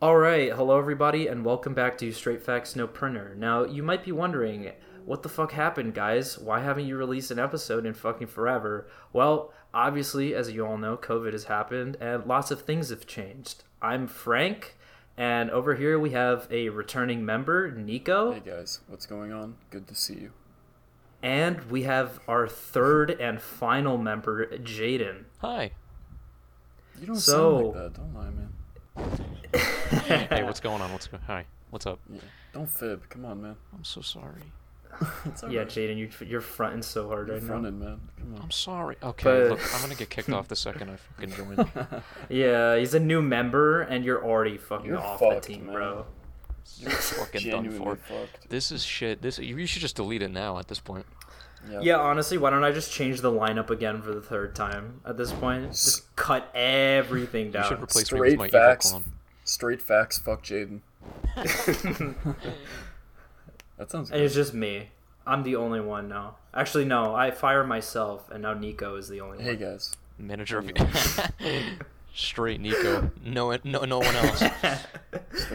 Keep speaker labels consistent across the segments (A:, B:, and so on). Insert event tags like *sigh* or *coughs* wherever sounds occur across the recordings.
A: All right, hello everybody, and welcome back to Straight Facts No Printer. Now, you might be wondering, what the fuck happened, guys? Why haven't you released an episode in fucking forever? Well, obviously, as you all know, COVID has happened and lots of things have changed. I'm Frank, and over here we have a returning member, Nico,
B: Hey guys, what's going on? Good to see you.
A: and we have our third and final member, Jaden.
C: Hi.
B: You don't sound
A: So-
B: like that. Don't lie, man.
C: Hey, what's going on? What's go- Hi. What's up?
B: Yeah. Don't fib. Come on, man. *laughs*
C: I'm so sorry.
A: *laughs*
B: It's
A: Yeah,
B: alright.
A: Jaden, you, you're fronting so hard
B: You're
A: right now.
B: fronted, man. Come
A: *laughs*
B: on.
C: I'm sorry. Okay,
A: But-
C: look, I'm gonna get kicked off the second I fucking
B: *laughs*
C: join.
A: Yeah, he's a new member, and you're already fucking
B: You're
A: off
B: fucked,
A: the team,
B: man.
A: bro.
C: You're fucking done
B: Genuinely
C: for.
B: fucked.
C: This is shit. This you you should just delete it now. At
B: *laughs*
C: this point,
A: Yeah, honestly, why don't I just change the lineup again for the third time at this point? Just cut
B: *laughs*
A: everything
C: you should
A: down.
C: replace me
B: Straight
C: with my
B: facts.
C: evil clone.
B: Straight facts.
A: *laughs*
B: Fuck Jaden. that sounds
A: And
B: good.
A: it's just me. I'm the only one now. Actually, no, I fire myself, and now Nico is the only
B: Hey
A: one.
B: guys.
C: Manager of straight Nico. No, no, *laughs* no one
B: *laughs*
C: else.
A: *laughs*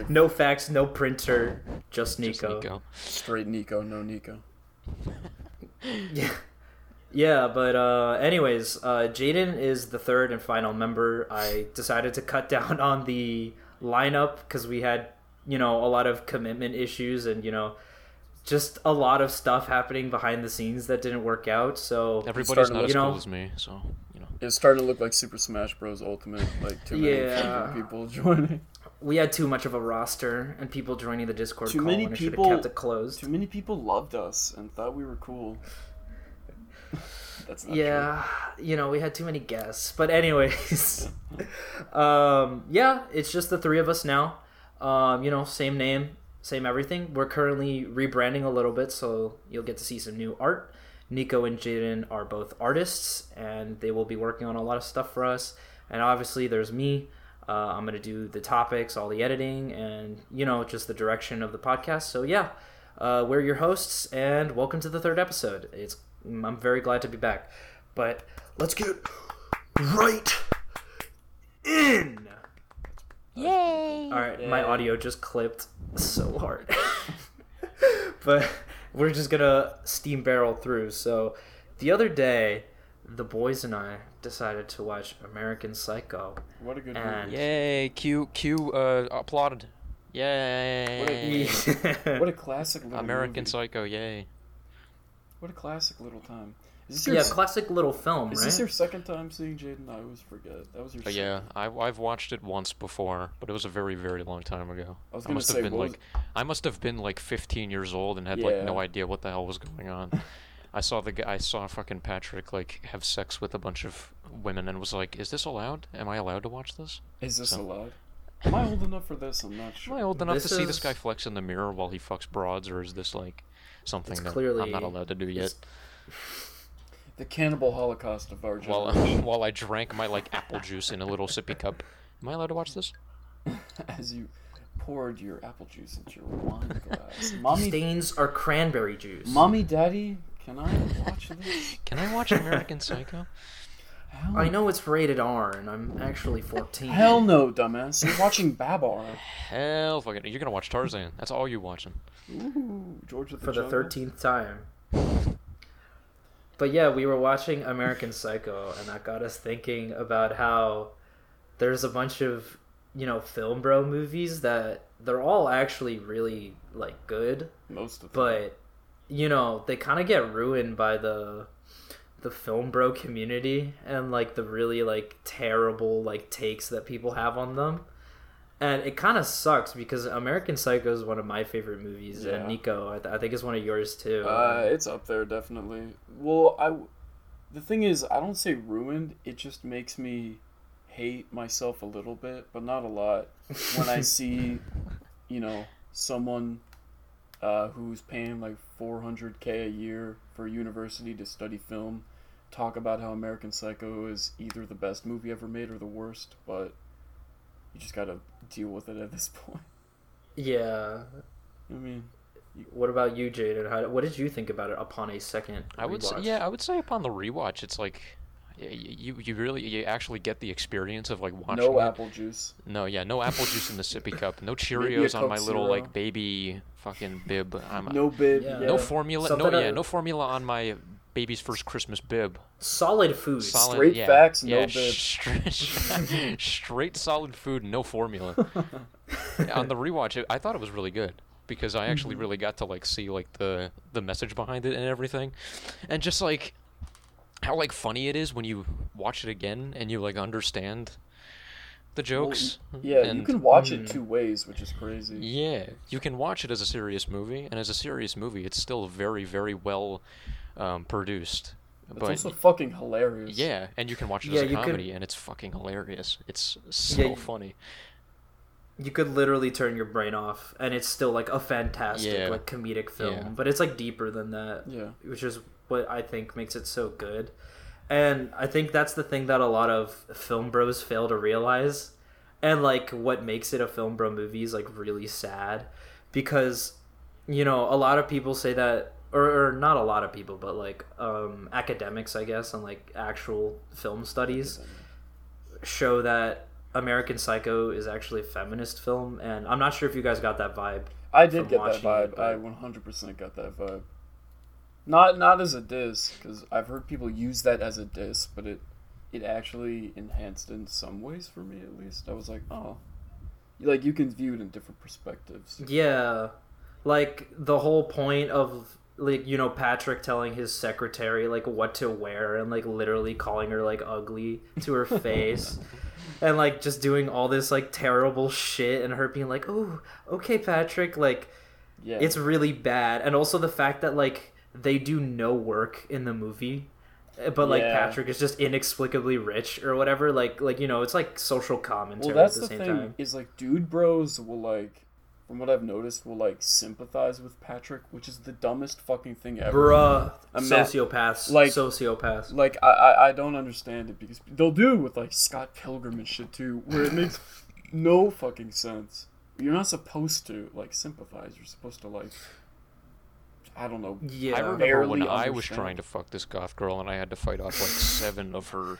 A: No fax, no printer, just Nico.
C: Just Nico.
B: Straight Nico, no Nico.
A: Yeah. Yeah, but uh, anyways, uh, Jaden is the third and final member. I decided to cut *laughs* down on the lineup because we had, you know, a lot of commitment issues and you know, just a lot of stuff happening behind the scenes that didn't work out. So
C: Everybody's
B: started
C: not
B: with-
C: as
A: You know-
C: cool as me, so you know.
B: It's starting to look like Super Smash Bros. Ultimate. Like too many
A: Yeah.
B: fucking people *laughs* joining.
A: we had too much of a roster and people joining the Discord
B: Too
A: call,
B: many
A: and I should have
B: people-
A: kept it closed.
B: Too many people loved us and thought we were cool. That's not true.
A: yeah you know we had too many guests but anyways *laughs* um yeah it's just the three of us now um you know same name same everything we're currently rebranding a little bit so you'll get to see some new art nico and jaden are both artists and they will be working on a lot of stuff for us and obviously there's me uh, i'm going to do the topics all the editing and you know just the direction of the podcast so yeah uh, we're your hosts, and welcome to the third episode. It's I'm very glad to be back, but let's get right in. Yay! All right, my audio just clipped so hard, *laughs* but we're just gonna steam barrel through. So, the other day, the boys and I decided to watch American Psycho,
B: What a good
A: and
B: movie.
C: Yay! Q Q uh, applauded.
A: *laughs*
C: Yay! *laughs*
B: What a classic little
C: American
B: movie.
C: Psycho. Yay!
B: What a classic little time. Is this your,
A: yeah, classic little film,
B: is
A: right?
B: this your second time seeing Jaden? I always forget. That was your.
C: But Oh, yeah, I, I've watched it once before, but it was a very, very long time ago.
B: I was
C: I
B: gonna
C: must
B: say,
C: have been
B: what
C: like, I must have been like 15 years old and had like no
B: Yeah.
C: idea what the hell was going
B: *laughs*
C: on. I saw the guy, I saw fucking Patrick like have sex with a bunch of women and was like, "Is this allowed? Am I allowed to watch this?
B: Is this
C: So-
B: allowed? Am I old enough for this? I'm not
C: Am
B: sure.
C: I old enough
A: This
C: to see this guy
A: is-
C: flex in the mirror while he fucks broads, or is this like something
A: It's
C: that I'm
A: clearly-
C: not allowed to do yet?"
A: it's-
B: The cannibal holocaust of our
C: While
B: generation.
C: *laughs* while I drank my like apple juice in a little sippy cup, am I allowed to watch this?
B: *laughs* as you poured your apple juice into
A: *laughs*
B: your wine glass. Mommy,
A: Stains are cranberry juice.
B: mommy, daddy, can I *laughs*
A: *laughs*
B: watch this?
C: Can I watch American Psycho?
B: Hell,
A: I know it's rated R, and I'm actually 14.
B: hell no, dumbass. You're watching
A: *laughs*
B: Babar.
C: Hell fucking, you're gonna watch Tarzan. That's all you're watching.
B: Ooh, George of the
A: for the
B: Jungle.
A: thirteenth time. But yeah, we were watching American Psycho, and that got us thinking about how there's a bunch of you know film bro movies that they're all actually really like good,
B: Most of them.
A: but you know they kind of get ruined by the the film bro community and like the really like terrible like takes that people have on them and it kind of sucks because american psycho is one of my favorite movies
B: Yeah.
A: and nico I, th- I think it's one of yours too
B: Uh, it's up there definitely. Well, I the thing is, I don't say ruined. It just makes me hate myself a little bit, but not a lot. When I see, you know, someone uh, who's paying like 400k a year for university to study film, talk about how American Psycho is either the best movie ever made or the worst, but you just gotta deal with it at this *laughs* point.
A: yeah
B: I mean,
A: what about you jaden How, what did you think about it upon a second
C: I would say,
A: rewatch?
C: yeah, I would say upon the rewatch, it's like y- you you really you actually get the experience of like watching.
B: No
C: it.
B: apple juice.
C: No, yeah, no apple juice in the
B: *laughs*
C: sippy cup. No
B: Maybe a
C: Cheerios on my
B: Coke
C: little
B: Zero.
C: like baby fucking bib. I'm, no,
B: No bib.
A: Yeah.
B: Yeah.
A: No
C: formula.
A: Something
C: no,
A: I-
C: yeah, no formula on my baby's first Christmas bib.
A: Solid food.
C: Solid,
B: Straight
C: yeah,
B: facts, no
C: yeah,
B: bib.
C: *laughs* Straight, *laughs* straight solid food, no
B: *laughs*
C: formula. Yeah, on the rewatch, it, I thought it was really good because I
B: Mm-hmm.
C: actually really got to like see like the the message behind it and everything, and just like how like funny it is when you watch it again and you like understand the jokes.
B: yeah, you
C: Mm-hmm. and-
B: can watch
A: Mm.
B: it two ways, which is crazy.
C: yeah, you can watch it as a serious movie, and as a serious movie, it's still very, very well um, produced.
B: It's
C: but
B: also fucking hilarious.
C: yeah, and you can watch it
A: Yeah,
C: as a
A: you could-
C: comedy, and it's fucking hilarious. It's so
A: you-
C: funny.
A: You could literally turn your brain off, and it's still like a fantastic,
C: Yeah.
A: like comedic film.
C: Yeah.
A: But it's like deeper than that.
B: Yeah.
A: which is what I think makes it so good. And I think that's the thing that a lot of film bros fail to realize. And like what makes it a film bro movie is like really sad because you know, a lot of people say that or, or not a lot of people, but like um academics I guess and like actual film studies show that American Psycho is actually a feminist film and I'm not sure if you guys got that vibe.
B: I did
A: from
B: get that
A: watching
B: vibe.
A: it,
B: I
A: but-
B: 100% got that vibe. Not not as a diss, because I've heard people use that as a diss, but it it actually enhanced in some ways for me at least. I was like, oh, like you can view it in different perspectives.
A: Yeah. Like the whole point of like you know Patrick telling his secretary like what to wear and like literally calling her like ugly to her
B: *laughs*
A: face and like just doing all this like terrible shit and her being like, "Oh, okay, Patrick." Like
B: Yeah,
A: it's really bad. And also the fact that like they do no work in the movie. uh, But like
B: Yeah.
A: Patrick is just inexplicably rich or whatever, like like you know it's like social commentary
B: well, that's
A: at the,
B: the
A: same
B: thing
A: time.
B: is like dude bros will like, from what I've noticed, will like sympathize with Patrick, which is the dumbest fucking thing ever.
A: Bruh,
B: I'm mad-
A: sociopaths,
B: like-
A: sociopaths.
B: Like I, I I don't understand it because they'll do it with like Scott Pilgrim and shit too, where it
C: *laughs*
B: makes no fucking sense. You're not supposed to like sympathize. You're supposed to like I don't know.
A: Yeah.
C: I remember when
B: barely
C: I was
B: understand.
C: trying to fuck this goth girl, and I had to fight off like seven of her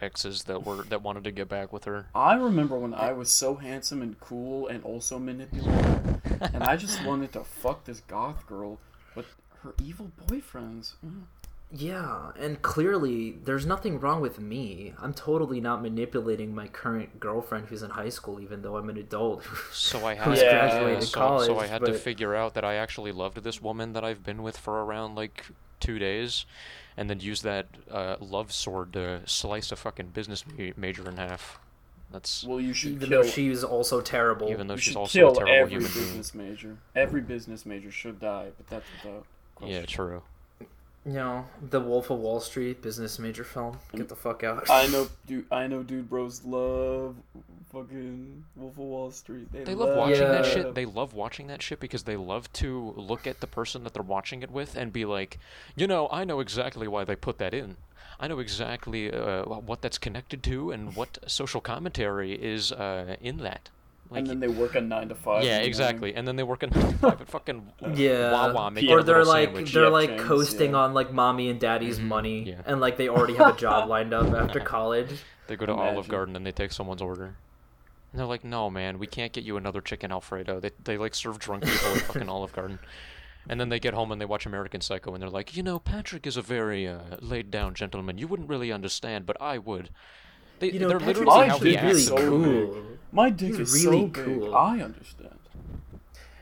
C: exes that were that wanted to get back with her.
B: I remember when I was so handsome and cool and also manipulative, and I
C: *laughs*
B: just wanted to fuck this goth girl, but her evil boyfriends. mm.
A: Yeah, and clearly there's nothing wrong with me. I'm totally not manipulating my current girlfriend who's in high school, even though I'm an adult. *laughs*
C: So I had
A: Who's
C: to,
B: graduated
C: so, so I
A: college,
C: had to
A: but-
C: figure out that I actually loved this woman that I've been with for around like two days, and then use that uh, love sword to slice a fucking business ma- major in half. That's
B: Well, you should
A: even
B: kill.
A: though she's also terrible.
C: even though
B: you
C: she's
B: should
C: also
B: kill
C: a terrible
B: every
C: human being.
B: business major. Every business major should die, but that's without question.
C: Yeah, true.
A: you know, the Wolf of Wall Street business major film. Get the fuck out.
B: I know, dude. I know, dude. Bros love fucking Wolf of Wall Street. They,
C: They love watching that
A: Yeah.
C: shit. They love watching that shit because they love to look at the person that they're watching it with and be like, you know, I know exactly why they put that in. I know exactly uh, wh- what that's connected to and what social commentary is uh, in that.
B: and then they work a nine to five.
C: yeah,
B: in the
C: exactly. And then they work in *laughs* private fucking
A: *laughs* yeah.
C: Wawa making
A: or
C: a little
A: they're like
C: sandwich.
A: they're
B: Yeah,
A: like
B: James,
A: coasting
B: yeah.
A: on like mommy and daddy's money
C: yeah.
A: and like they already have a
C: *laughs*
A: job lined up after college.
C: They go to Olive
B: Imagine.
C: Garden and they take someone's order. And they're like, no, man, we can't get you another chicken Alfredo. They, they like serve drunk people at fucking Olive Garden. And then they get home and they watch American Psycho and they're like, you know, Patrick is a very uh, laid down gentleman. You wouldn't really understand, but I would. They,
A: You know,
C: they're
A: Patrick's
C: literally how
B: Patrick's
C: he
B: really
C: acts.
B: so
A: cool.
B: big. My dick
A: He's
B: is
A: really
B: so big.
A: cool.
B: I understand.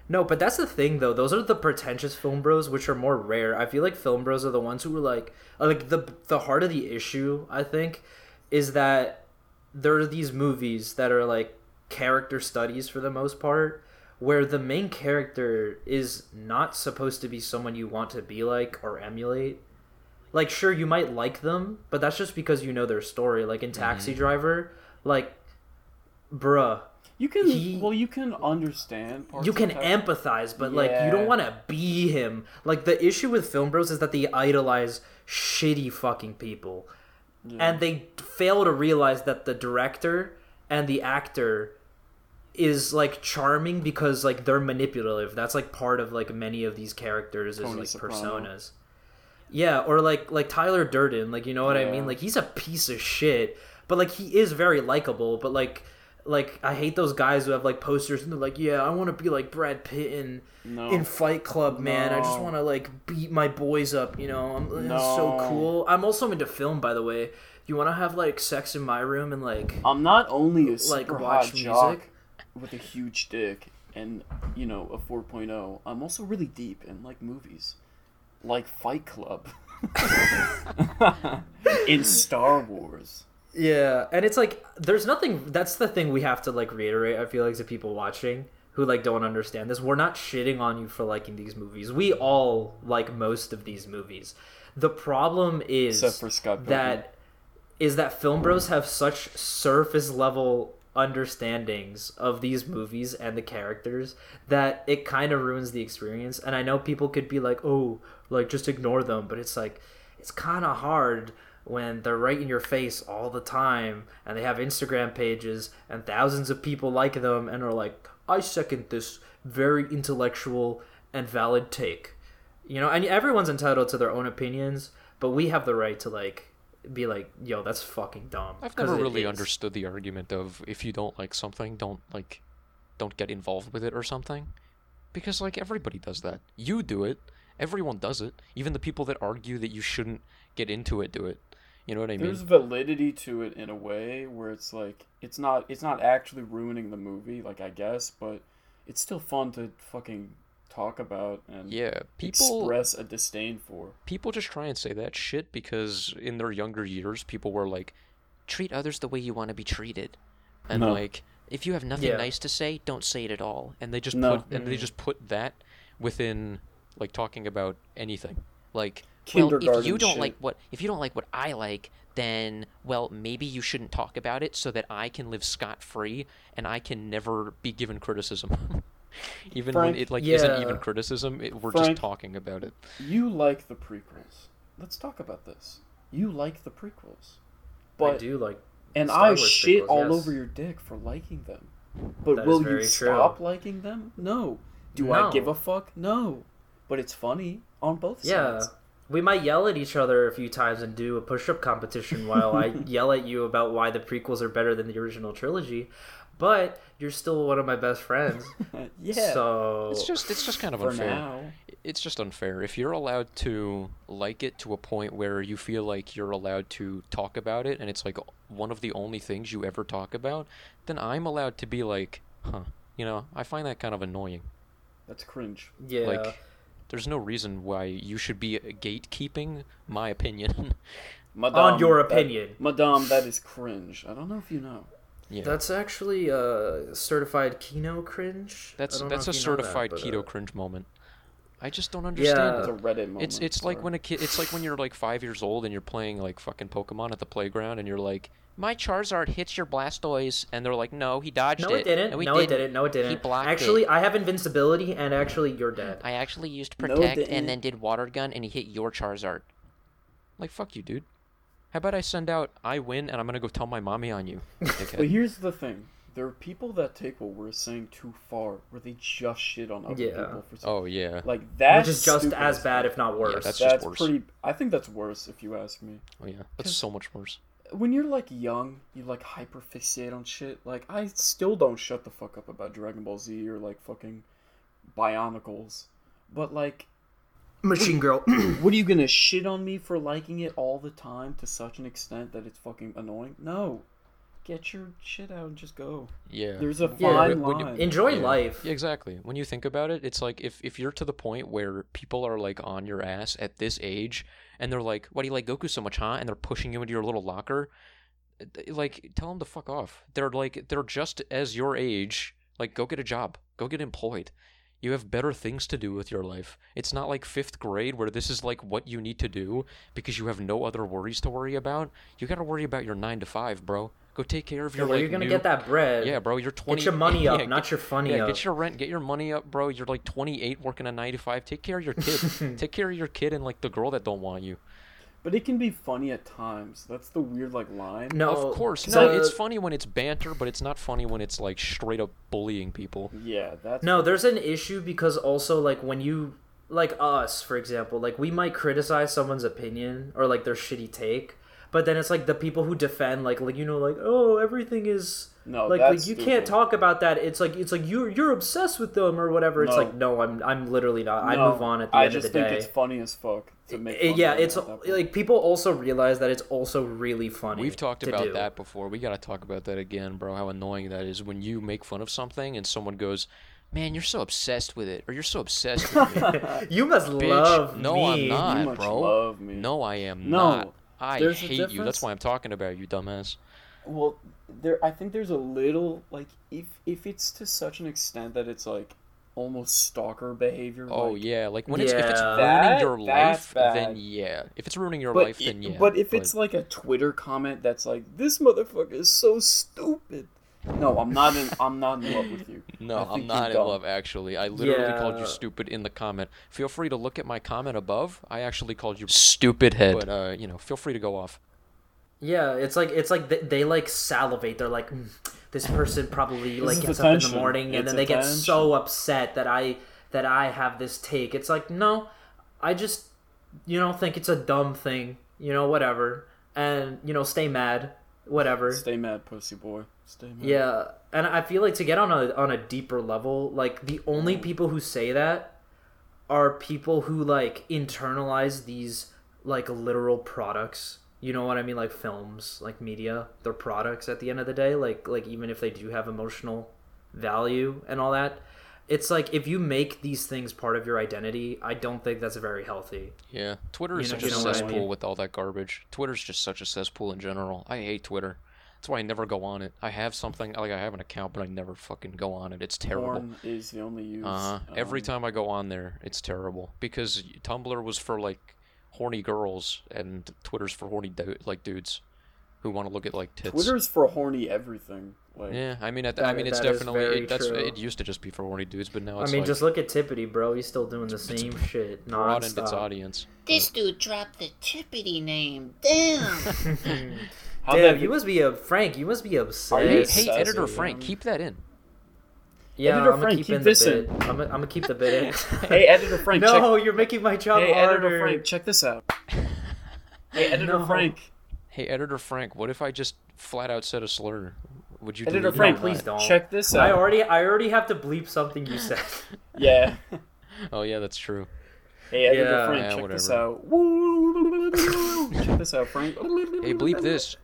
A: No, but that's the thing though. Those are the pretentious film bros, which are more rare. I feel like film bros are the ones who are like, are, like the the heart of the issue. I think is that there are these movies that are like character studies for the most part, where the main character is not supposed to be someone you want to be like or emulate. Like, sure, you might like them, but that's just because you know their story. Like in Taxi Driver, like, bruh,
B: You can
A: He-
B: well, you can understand. Parts
A: you
B: of
A: can
B: that.
A: empathize, but like you
B: Yeah.
A: don't want to be him. Like the issue with film bros is that they idolize shitty fucking people, and they fail to realize that the director and the actor is like charming because like they're manipulative. That's like part of like many of these characters is
B: Tony
A: like
B: Soprano.
A: personas. Yeah, or like like Tyler Durden, like you know what I
B: Yeah.
A: mean? Like he's a piece of shit, but like he is very likable, but like like I hate those guys who have like posters and they're like, "Yeah, I want to be like Brad Pitt in
B: No.
A: in Fight Club, man. I just
B: No.
A: want to like beat my boys up, you know. I'm it's so
B: No.
A: cool. I'm also into film by the way. You want to have like sex in my room and like
B: I'm not only a
A: like
B: super
A: watch
B: hot jock
A: music?
B: with a huge dick and you know a 4.0. I'm also really deep in like movies, like Fight Club, *laughs* in Star Wars.
A: Yeah, and it's like there's nothing. That's the thing we have to like reiterate. I feel like to people watching who like don't understand this, we're not shitting on you for liking these movies. We all like most of these movies. The problem is
B: Except for Scott Pilgrim.
A: that is that film bros have such surface level understandings of these movies and the characters that it kind of ruins the experience and i know people could be like oh like just ignore them but it's like it's kind of hard when they're right in your face all the time and they have instagram pages and thousands of people like them and are like i second this very intellectual and valid take you know and everyone's entitled to their own opinions but we have the right to like be like yo that's fucking dumb
C: I've
A: 'Cause
C: never
A: it
C: really
A: is.
C: understood the argument of if you don't like something, don't like, don't get involved with it or something, because like everybody does that. You do it. Everyone does it. Even the people that argue that you shouldn't get into it do it. You know what I mean?
B: There's validity to it in a way where it's like it's not it's not actually ruining the movie, like I guess, but it's still fun to fucking talk about and
C: yeah, people
B: express a disdain for.
C: people just try and say that shit because in their younger years, people were like, treat others the way you want to be treated, and
B: No.
C: like if you have nothing
A: Yeah. Mm-hmm.
C: nice to say, don't say it at all. And they just
B: No.
C: put and they just put that within like talking about anything like. Well,
B: Kindergarten
C: if you don't
B: shit.
C: like what if you don't like what I like, then well maybe you shouldn't talk about it so that I can live scot free and I can never be given criticism. *laughs* even
B: Frank,
C: when it like isn't even
A: yeah.
C: criticism, it, we're
B: Frank.
C: just talking about it.
B: You like the prequels. Let's talk about this. You like the prequels.
A: i
B: But
A: do like
B: and
A: Star
B: I
A: Wars
B: shit
A: prequels,
B: all
A: yes.
B: over your dick for liking them. But
A: That is
B: will
A: very
B: you
A: true.
B: stop liking them? No. Do
A: No.
B: I give a fuck? No. But it's funny on both
A: yeah
B: sides.
A: we might yell at each other a few times and do a push-up
C: *laughs*
A: competition while i yell at you about why the prequels are better than the original trilogy but you're still one of my best
C: *laughs*
A: friends
B: *laughs* yeah.
A: so
C: It's just it's just kind of
B: for
C: unfair.
B: now.
C: It's just unfair. If you're allowed to like it to a point where you feel like you're allowed to talk about it and it's like one of the only things you ever talk about, then I'm allowed to be like, huh, you know, I find that kind of annoying.
B: That's cringe.
A: yeah
C: Like, there's no reason why you should be uh, gatekeeping my opinion. *laughs*
B: Madame,
A: on your
B: that-
A: opinion
B: Madame, that is cringe. I don't know if you know.
C: yeah,
A: that's actually a certified keto cringe I
C: that's
A: don't know
C: that's a
A: if you know that,
C: certified
A: but, uh,
C: keto cringe moment. I just don't understand
A: Yeah.
B: It's a Reddit moment.
C: Uh, It's it's like
B: sorry.
C: when a kid. It's like when you're like five years old and you're playing like fucking Pokemon at the playground and you're like, my Charizard hits your Blastoise, and they're like, no, he dodged
A: No,
C: it.
A: it didn't.
C: And we
A: no,
C: didn't.
A: it didn't. No, it didn't.
C: He blocked it.
A: actually, I have invincibility, and actually, you're dead.
C: I actually used
B: No, it
C: Protect
B: didn't.
C: and then did Water Gun, and he hit your Charizard. Like fuck you, dude. How about I send out I win and I'm gonna go tell my mommy on
A: *laughs*
C: you.
B: But
C: dickhead.
B: here's the thing. There are people that take what we're saying too far, where they just shit on other
A: Yeah.
B: people for something.
C: oh yeah.
B: Like that's
A: Which is just
B: stupid
A: as
B: fuck.
A: bad, if not worse.
C: that's
B: that's
C: just worse.
B: pretty. I think that's worse if you ask me.
C: Oh yeah. That's so much worse.
B: When you're like young, you like hyper fixate on shit. Like I still don't shut the fuck up about Dragon Ball Z or like fucking Bionicles, but like,
A: Machine Girl.
B: *clears throat* what are you gonna shit on me for liking it all the time to such an extent that it's fucking annoying? No, get your shit out and just go.
C: Yeah.
B: There's a
A: Yeah.
B: fine
C: Would- would you-
B: line.
A: Enjoy
C: Yeah.
A: life.
C: Yeah, exactly. When you think about it, it's like if, if you're to the point where people are like on your ass at this age and they're like, why do you like Goku so much, huh? And they're pushing you into your little locker, uh, th- like, tell them to fuck off. They're like, they're just as your age. Like, go get a job, go get employed. You have better things to do with your life. It's not like fifth grade where this is like what you need to do because you have no other worries to worry about. You got to worry about your nine to five, bro. Go take care of your.
A: Where
C: like,
A: you're gonna
C: new-
A: get that bread?
C: Yeah, bro. You're twenty.
A: Get your money
C: *laughs* yeah,
A: up,
C: get-
A: not your funny
C: yeah,
A: up.
C: get your rent, get your money up, bro. You're like 28, working a 9 to 5. Take care of
A: *laughs*
C: your kid. Take care of your kid and like the girl that don't want you.
B: But it can be funny at times. That's the weird like line.
A: no,
C: of course,
A: so-
C: no. It's funny when it's banter, but it's not funny when it's like straight up bullying people.
B: Yeah, that's
A: No, there's an issue because also like when you like us, for example, like we might criticize someone's opinion or like their shitty take, but then it's like the people who defend, like like you know, like oh everything is
B: No,
A: like,
B: that's
A: like you
B: stupid.
A: can't talk about that. It's like it's like you're you're obsessed with them or whatever. It's
B: No.
A: like no, I'm I'm literally not. I
B: No,
A: move on at the
B: I
A: end
B: just
A: of the
B: think
A: day.
B: it's funny as fuck to make.
A: It-
B: fun
A: yeah,
B: of them
A: it's
B: at that point.
A: like people also realize that it's also really funny.
C: We've talked
A: to
C: about
A: do.
C: that before. We got to talk about that again, bro. How annoying that is when you make fun of something and someone goes, "Man, you're so obsessed with it," or "You're so obsessed
A: *laughs*
C: with me."
A: *laughs* You must
C: Bitch,
A: love
C: no,
A: me.
C: I'm not,
B: You must
C: bro.
B: love me.
C: No, I am
B: No,
C: not. I
B: there's a
C: hate you.
B: difference.
C: That's why I'm talking about you, dumbass.
B: Well, there. I think there's a little like if if it's to such an extent that it's like almost stalker behavior.
C: Oh
B: like,
C: yeah, like when it's if it's
A: Yeah.
C: ruining
B: That-
C: your
B: that's
C: life, then
B: bad.
C: yeah. If it's ruining your
B: But
C: life,
B: i-
C: then yeah.
B: but if it's like a Twitter comment that's like this motherfucker is so stupid. No, I'm not in. I'm not in love with you.
C: *laughs* no,
B: I
C: I'm
B: think you're
C: not in
B: dumb.
C: love. Actually, I literally called
A: Yeah.
C: you stupid in the comment. Feel free to look at my comment above. I actually called you stupid head. But uh, you know, feel free to go off.
A: Yeah, it's like it's like they, they like salivate. They're like, "Mm, this person probably like
B: is
A: gets up in
B: attention.
A: the morning, and
B: It's
A: then they get
B: attention.
A: so upset that I that I have this take. It's like no, I just you know think it's a dumb thing. You know whatever, and you know stay mad, whatever.
B: Stay mad, pussy boy. Stay mad.
A: Yeah, and I feel like to get on a on a deeper level, like the only
C: Mm.
A: people who say that are people who like internalize these like literal products. You know what I mean? Like films, like media, they're products at the end of the day. Like like even if they do have emotional value and all that, it's like if you make these things part of your identity, I don't think that's very healthy.
C: Yeah, Twitter is
A: know-
C: such
A: you
C: a
A: know what I
C: cesspool
A: mean.
C: with all that garbage. Twitter's just such a cesspool in general. I hate Twitter. That's why I never go on it. I have something like I have an account, but I never fucking go on it. It's terrible.
B: Porn is the only use.
C: Uh, every
B: um,
C: time I go on there, it's terrible because Tumblr was for like horny girls, and Twitter's for horny du- like dudes who want to look at like tits.
B: Twitter's for horny everything. Like,
C: yeah, I mean, at I
A: That-
C: mean, it's
A: that is
C: definitely
A: very
C: it, that's
A: true.
C: it used to just be for horny dudes, but now
A: I
C: Oh, it's
A: mean,
C: like
A: just look at Tippity, bro. He's still doing the same shit.
C: broadened its
A: nonstop.
C: audience.
D: This dude dropped the Tippity name.
B: *laughs*
D: Damn.
A: *laughs*
B: How
A: Damn,
B: that-
A: you must be a Frank. You must be obsessed.
B: Hey,
C: Hey,
B: It's hey, sassy,
C: editor
B: editor
C: Frank,
B: Frank, yeah.
C: keep that in.
A: Yeah,
B: Editor
A: I'm gonna
B: Frank,
A: keep,
B: keep
A: in
B: this
A: the bit.
B: in.
A: I'm gonna, I'm gonna keep the bit in.
B: *laughs* Hey, editor Frank. check-
A: no, you're making my job
B: Hey,
A: harder.
B: editor Frank, check this
C: *laughs*
B: out. Hey, editor
A: No.
B: Frank.
C: Hey, editor Frank, what if I just flat out said a slur? Would you?
B: Editor
C: delete it
B: Frank,
C: or
A: please
C: not?
A: don't.
B: Check this
A: I
B: out.
A: already, I already have to bleep something you
B: *laughs*
A: said. *laughs*
B: Yeah.
C: Oh yeah, that's true.
B: Hey, editor
A: Yeah.
B: Frank,
C: Yeah,
B: check this
C: whatever.
B: out. Woo. check this out, *laughs* Frank.
C: Hey,
B: *laughs*
C: bleep this.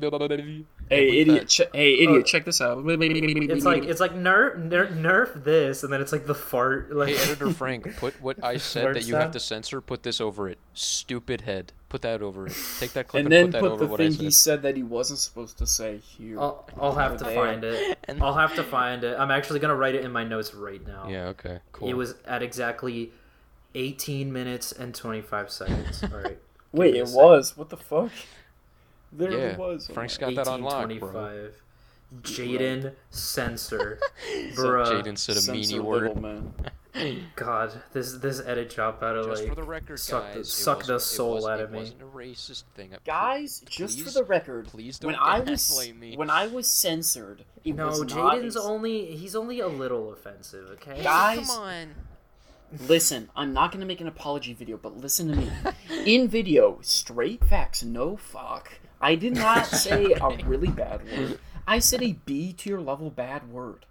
B: Hey,
C: bleep
B: idiot.
C: that.
B: Che- hey, idiot.
A: Uh,
B: check this out.
A: It's like, it's like nerf, nerf, nerf this, and then it's like the fart. Like,
C: Hey,
A: *laughs*
C: editor Frank, put what I said
A: Slurp
C: that you have
A: sound?
C: to censor. Put this over it. Stupid head. Put that over it. Take that clip
B: and then
C: and, put that
B: put
C: over
B: the
C: what I
B: thing he
C: said.
B: said that he wasn't supposed to say here.
A: I'll, I'll have to find it.
C: And-
A: I'll have to find it. I'm actually gonna write it in my notes right now.
C: Yeah. Okay. Cool.
A: It was at exactly 18 minutes and 25 seconds. All right.
B: Wait,
A: me a
B: it
A: sec.
B: was. What the fuck? *laughs* There
C: yeah.
B: it was.
C: Frank's got that on lock, bro.
A: 1825. Jaden
C: *laughs*
A: censor.
C: Jaden
A: Bruh.
C: said a
B: Censor
C: meanie word.
B: little man.
A: God, this this edit job out of
C: Just for the
A: like
C: record,
A: suck the-
C: guys, it
A: suck the
C: wasn't- it
A: soul
C: wasn't-
A: out
C: it
A: of me.
C: wasn't a racist thing. I-
B: Guys, just for
C: please-
B: the record,
C: please
B: when
C: don't *laughs*
B: I was
C: gaslight me.
B: when I was censored, it
A: No,
B: was not.
A: Jaden's only he's only a little offensive, okay?
B: Guys,
C: on.
B: listen, I'm not gonna make an apology video, but listen to me. In video, straight facts, no fuck. I did not say a really bad word. I said a B tier level bad word.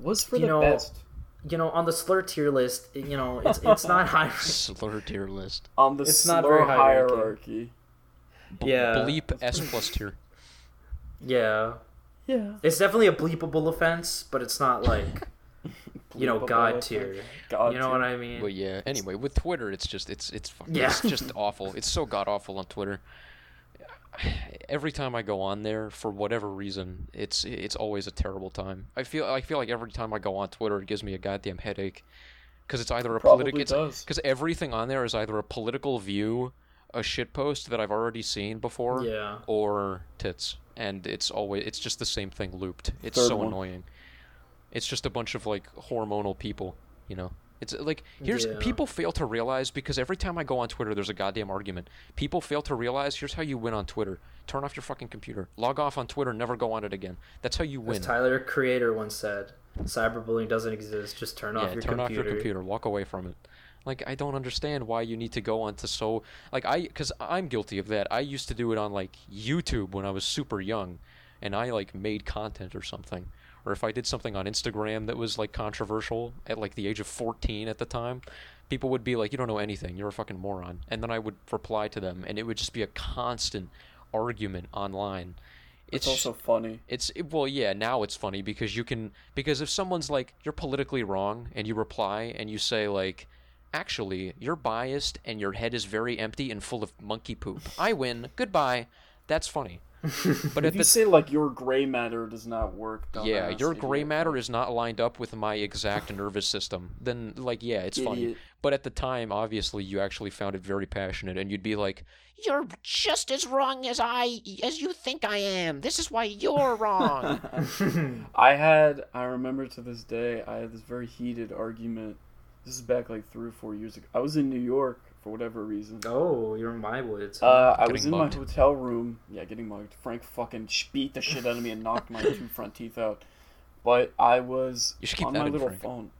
B: Was for
A: You
B: the
A: know-
B: best
A: You know, on the slur tier list, you know, it's it's
C: *laughs*
A: not high.
C: *laughs* Slur tier list.
B: on the
A: It's
B: slur
A: not very hierarchy.
B: hierarchy.
C: B-
A: Yeah.
C: Bleep S plus tier.
A: Yeah.
B: Yeah.
A: It's definitely a bleepable offense, but it's not
C: *laughs*
A: like you know,
B: Bleepable
A: god
B: offense.
A: tier.
B: God
A: You know
B: tier.
A: what I mean?
C: But yeah. Anyway, with Twitter, it's just it's it's fucking
A: Yeah.
C: it's just awful. It's so god awful on Twitter. Every time I go on there, for whatever reason, it's it's always a terrible time. I feel I feel like every time I go on Twitter, it gives me a goddamn headache because it's either a
B: Probably
C: political
B: does.
C: because everything on there is either a political view, a shitpost that I've already seen before,
A: Yeah.
C: or tits, and it's always it's just the same thing looped. It's
B: Third
C: so
B: one.
C: annoying. It's just a bunch of like hormonal people, you know. It's like here's
A: Yeah.
C: people fail to realize because every time I go on Twitter, there's a goddamn argument. People fail to realize here's how you win on Twitter: turn off your fucking computer, log off on Twitter, never go on it again. That's how you win.
A: As Tyler Creator once said, Cyberbullying doesn't exist. Just turn off
C: yeah,
A: your
C: turn
A: computer.
C: off your computer, walk away from it. Like I don't understand why you need to go onto so like I cuz I'm guilty of that. I used to do it on like YouTube when I was super young and I like made content or something. Or if I did something on Instagram that was like controversial at like the age of 14 at the time, people would be like you don't know anything, you're a fucking moron. And then I would reply to them and it would just be a constant argument online.
B: It's also funny.
C: It's it- well, yeah. Now it's funny because you can because if someone's like you're politically wrong and you reply and you say like, actually you're biased and your head is very empty and full of monkey poop. I win. Goodbye.
B: *laughs*
C: That's funny. But
B: If
C: if
B: you
C: it's
B: say like your gray matter does not work,
C: yeah,
B: dumbass
C: your gray
B: idiot.
C: matter is not lined up with my exact nervous system, then like yeah, it's funny.
B: Idiot.
C: But at the time, obviously, you actually found it very passionate and you'd be like,
D: You're just as wrong as I as you think I am. This is why you're wrong.
B: I had, I remember to this day, I had this very heated argument. This is back like three or four years ago. I was in New York for whatever reason.
A: Oh, you're in my woods.
B: Uh, I was
C: Getting
B: in
C: mugged.
B: my hotel room. Yeah, getting mugged. Frank fucking sh- beat the shit out of me and knocked my two front teeth out. But I was
C: You should keep
B: on
C: that
B: my
C: in,
B: little
C: Frank.
B: phone.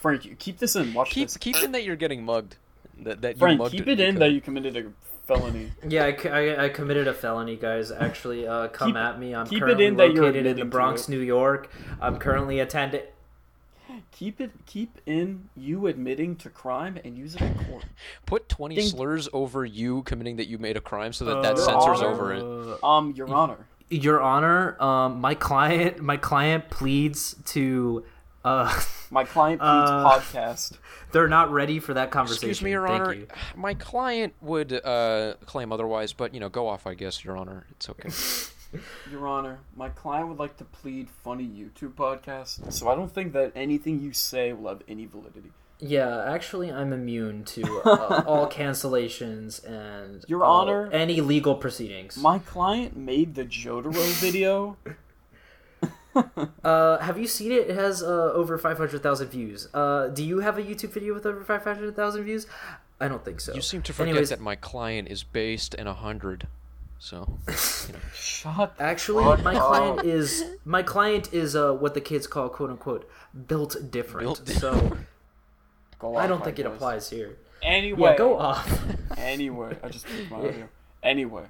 B: Frank, you keep this in. Watch
C: keep
B: this.
C: keep in that you're getting mugged. That, that you
B: Frank,
C: mugged
B: keep
C: it
B: it in
C: because-
B: that you committed a felony.
A: yeah, I, c- I- I committed a felony, guys. Actually,
B: *laughs*
A: uh, come
B: Keep-
A: at me. I'm
B: keep it
A: currently
B: in that you're
A: located in the
B: admitting to
A: Bronx,
B: it.
A: New York. I'm currently attending.
B: keep it. Keep in you admitting to crime and use it in court.
C: Put 20
B: Ding.
C: slurs over you committing that you made a crime so that
B: Uh,
C: that censors
B: honor.
C: over it.
B: Um, Your Honor.
A: Your Honor, um, my client, my client pleads to. Uh,
B: My client pleads
A: Uh,
B: podcast.
A: *laughs* they're not ready for that conversation.
C: Excuse me, Your
A: Thank
C: Honor.
A: you.
C: My client would uh, claim otherwise, but, you know, go off, I guess, Your Honor. It's okay.
B: Your Honor, my client would like to plead funny YouTube podcast, so I don't think that anything you say will have any validity.
A: Yeah, actually, I'm immune to
B: *laughs*
A: uh, all cancellations and
B: Your
A: uh,
B: Honor-
A: any legal proceedings.
B: My client made
A: *laughs*
B: the Jotaro video.
A: Uh, have you seen it? It has uh, over 500,000 views. Uh, do you have a YouTube video with over 500,000 views? I don't think so.
C: You seem to forget
A: Anyways,
C: that my client is based in 100. So,
B: Shut the
A: Actually,
B: fuck
A: my
B: up.
A: client is my client is uh, what the kids call "quote unquote" built different.
C: Built
A: so *laughs*
B: Go
A: I
B: off,
A: don't
B: Oh my
A: think it
B: voice.
A: applies here.
B: Anyway,
A: Yeah, go off. *laughs*
B: anyway, I just picked my audio. Anyway,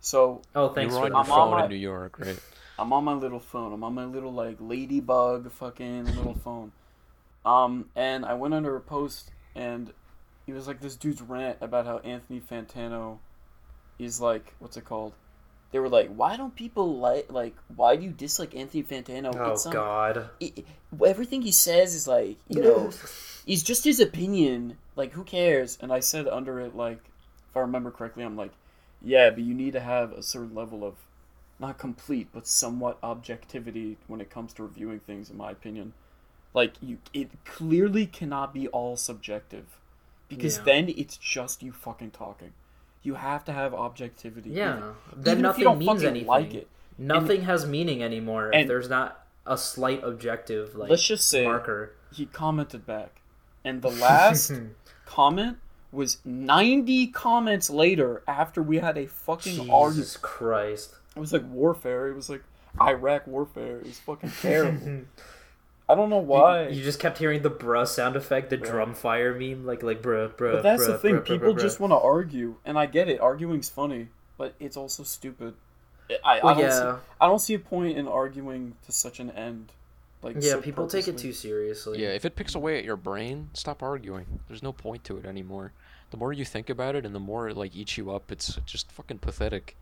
B: so
A: Oh,
C: you
A: thanks
C: were
A: for the
C: on your
B: I'm on
C: phone
A: phone.
B: my-
C: in New York, right?
B: I'm on my little phone. I'm on my little like ladybug fucking
A: *laughs*
B: little phone. Um, and I went under a post, and it was like this dude's rant about how Anthony Fantano is like what's it called? They were like, why don't people like like why do you dislike Anthony Fantano?
A: Oh
B: It's, um,
A: God.
B: it- it- everything he says is like
A: *laughs*
B: you know it's just his opinion. Like, who cares? And I said under it, like, if I remember correctly, I'm like, yeah, but you need to have a certain level of, not complete, but somewhat objectivity when it comes to reviewing things, in my opinion. Like, you, it clearly cannot be all subjective, because
A: Yeah.
B: then it's just you fucking talking. You have to have objectivity.
A: Yeah.
B: even-
A: Then
B: even if
A: nothing
B: you don't
A: means
B: fucking
A: anything.
B: like it.
A: Nothing has meaning anymore if
B: and-
A: there's not a slight objective like
B: Let's just say-
A: marker.
B: he commented back. And the
A: *laughs*
B: last comment was 90 comments later after we had a fucking argument.
A: Jesus
B: *laughs*
A: Christ.
B: It was like warfare. It was like Iraq warfare. It was
A: *laughs*
B: fucking terrible. I don't know why.
A: You just kept hearing the bruh sound effect, the drum fire meme, like like bruh bruh.
B: but that's
A: bruh,
B: the thing.
A: bruh, bruh,
B: People
A: bruh,
B: just
A: bruh.
B: want to argue. And I get it. Arguing's funny, but it's also stupid. I, I,
A: Well,
B: don't
A: yeah.
B: see, I don't see a point in arguing to such an end. Like
A: Yeah,
B: so
A: people take it
B: purposely.
A: too seriously.
C: Yeah, if it picks away at your brain, stop arguing. There's no point to it anymore. The more you think about it and the more it, like, eats you up, it's just fucking pathetic.